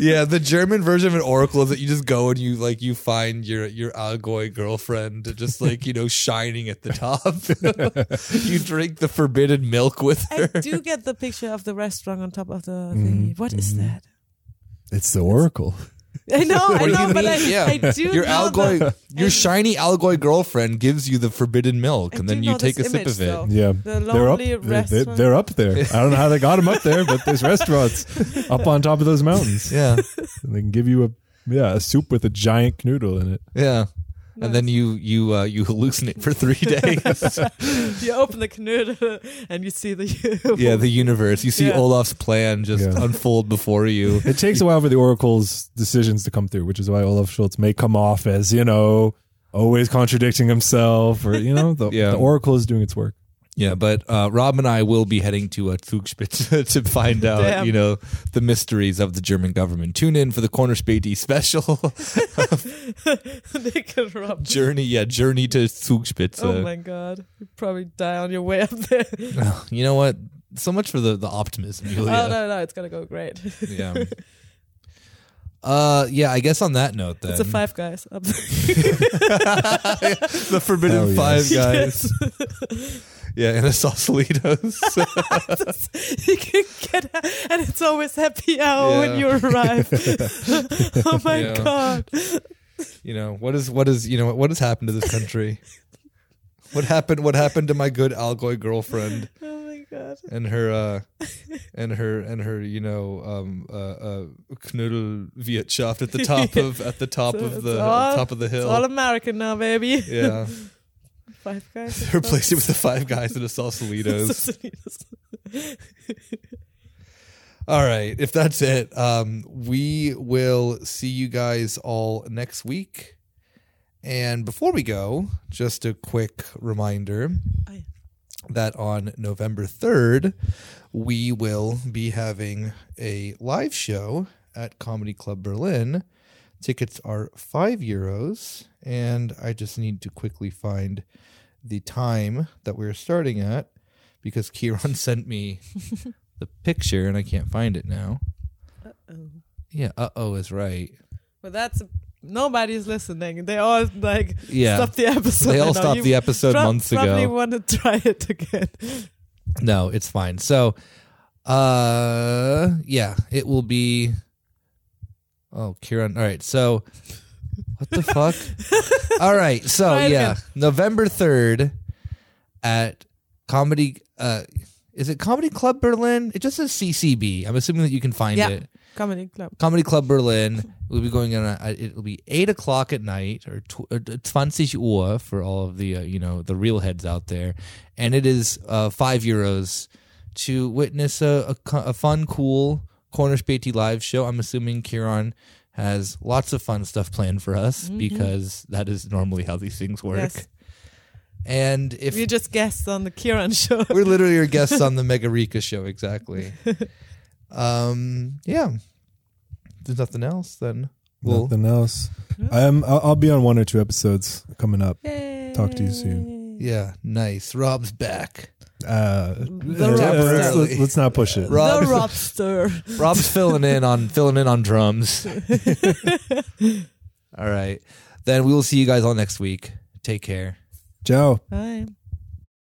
Speaker 1: Yeah, the German version of an Oracle is that you just go and you like you find your your Algoy girlfriend just like you know shining at the top. you drink the forbidden milk with
Speaker 2: I
Speaker 1: her.
Speaker 2: do get the picture of the restaurant on top of the thingy. What is that?
Speaker 3: It's the oracle.
Speaker 2: I know, I
Speaker 1: do you
Speaker 2: know, but I,
Speaker 1: mean? Yeah.
Speaker 2: I do
Speaker 1: Your
Speaker 2: know the-
Speaker 1: Algoy, your shiny Algoy girlfriend gives you the forbidden milk,
Speaker 2: I
Speaker 1: and
Speaker 2: do
Speaker 1: then you
Speaker 2: know
Speaker 1: take a
Speaker 2: this
Speaker 1: sip
Speaker 2: image,
Speaker 1: of it.
Speaker 2: though.
Speaker 3: Yeah.
Speaker 2: The
Speaker 3: They're up.
Speaker 2: lonely
Speaker 3: They, they,
Speaker 2: restaurant.
Speaker 3: they're up there. I don't know how they got them up there, but there's restaurants up on top of those mountains.
Speaker 1: Yeah.
Speaker 3: And they can give you a yeah a soup with a giant noodle in it.
Speaker 1: Yeah. And then you you uh, you hallucinate for three days.
Speaker 2: you open the canoe and you see the.
Speaker 1: yeah, the universe. You see
Speaker 2: Yeah.
Speaker 1: Olaf's plan just
Speaker 3: Yeah.
Speaker 1: unfold before you.
Speaker 3: It takes a while for the Oracle's decisions to come through, which is why Olaf Schultz may come off as, you know, always contradicting himself or, you know, the,
Speaker 1: Yeah.
Speaker 3: the Oracle is doing its work.
Speaker 1: Yeah, but uh, Rob and I will be heading to uh, Zugspitze to find out,
Speaker 2: Damn.
Speaker 1: you know, the mysteries of the German government. Tune in for the Corner Spady special
Speaker 2: Nick and Rob.
Speaker 1: journey. Yeah, journey to Uh, Zugspitze.
Speaker 2: oh my god. You probably die on your way up there.
Speaker 1: You know what? So much for the the optimism, Julia.
Speaker 2: Oh, no, no, it's going to go great.
Speaker 1: Yeah. Uh, yeah. I guess on that note, then
Speaker 2: It's a Five Guys up there.
Speaker 1: the Forbidden
Speaker 3: Hell yes.
Speaker 1: Five guys. yeah, and the Sausalitos.
Speaker 2: you can get and it's always happy hour
Speaker 1: Yeah.
Speaker 2: when you arrive. oh my
Speaker 1: Yeah.
Speaker 2: god.
Speaker 1: you know what is what is you know what has happened to this country what happened what happened to my good algoy girlfriend
Speaker 2: Oh my god.
Speaker 1: and her uh and her and her you know um uh, uh knuddel wirtschaft at the top of at the top
Speaker 2: So
Speaker 1: of
Speaker 2: it's
Speaker 1: the
Speaker 2: all-
Speaker 1: top of the
Speaker 2: It's
Speaker 1: hill
Speaker 2: all American now, baby.
Speaker 1: yeah
Speaker 2: Five guys.
Speaker 1: they replaced it with the five guys and the salsalitos
Speaker 2: Sausalito's.
Speaker 1: all right if that's it um we will see you guys all next week And before we go, just a quick reminder
Speaker 2: Oh, yeah.
Speaker 1: that on November 3rd, we will be having a live show at Comedy Club Berlin. Tickets are five euros. And I just need to quickly find the time that we're starting at because Kieran sent me the picture and I can't find it now.
Speaker 2: Uh-oh.
Speaker 1: Yeah, uh oh is right.
Speaker 2: Well, that's nobody's listening. They all like
Speaker 1: Yeah.
Speaker 2: stopped the episode.
Speaker 1: They all
Speaker 2: now.
Speaker 1: stopped
Speaker 2: You
Speaker 1: the episode
Speaker 2: prob-
Speaker 1: months ago.
Speaker 2: Probably want to try it again.
Speaker 1: No, it's fine. So, uh, yeah, it will be. Oh, Kieran. All right. So, what the fuck? All right. So,
Speaker 2: Try it
Speaker 1: yeah,
Speaker 2: again.
Speaker 1: November 3rd at Comedy. Uh, is it Comedy Club Berlin? It just says CCB. I'm assuming that you can find
Speaker 2: Yeah.
Speaker 1: it.
Speaker 2: Comedy club.
Speaker 1: Comedy Club Berlin. We'll be going on. A, it'll be eight o'clock at night or tw- uh, twenty Uhr for all of the uh, you know the real heads out there, and it is uh, five euros to witness a, a co- a fun, cool Cornish Beatty live show. I'm assuming Kieran has lots of fun stuff planned for us because that is normally how these things work.
Speaker 2: Yes.
Speaker 1: And if
Speaker 2: You just guessed on the Kieran show.
Speaker 1: we're literally your guests on the Mega Rika show, exactly. Um, yeah. There's nothing else, then we'll
Speaker 3: Nothing else.
Speaker 2: Yeah.
Speaker 3: I'm. I'll, I'll be on one or two episodes coming up. Talk to you
Speaker 2: soon.
Speaker 1: Yeah, nice. Rob's back.
Speaker 3: Uh,
Speaker 2: The
Speaker 3: uh,
Speaker 2: Robster.
Speaker 3: let's, let's- let's not push it.
Speaker 1: Rob-
Speaker 2: The
Speaker 1: Rob-
Speaker 2: Robster.
Speaker 1: Rob's filling in on filling in on drums. All right. Then we will see you guys all next week. Take care.
Speaker 3: Ciao.
Speaker 2: Bye.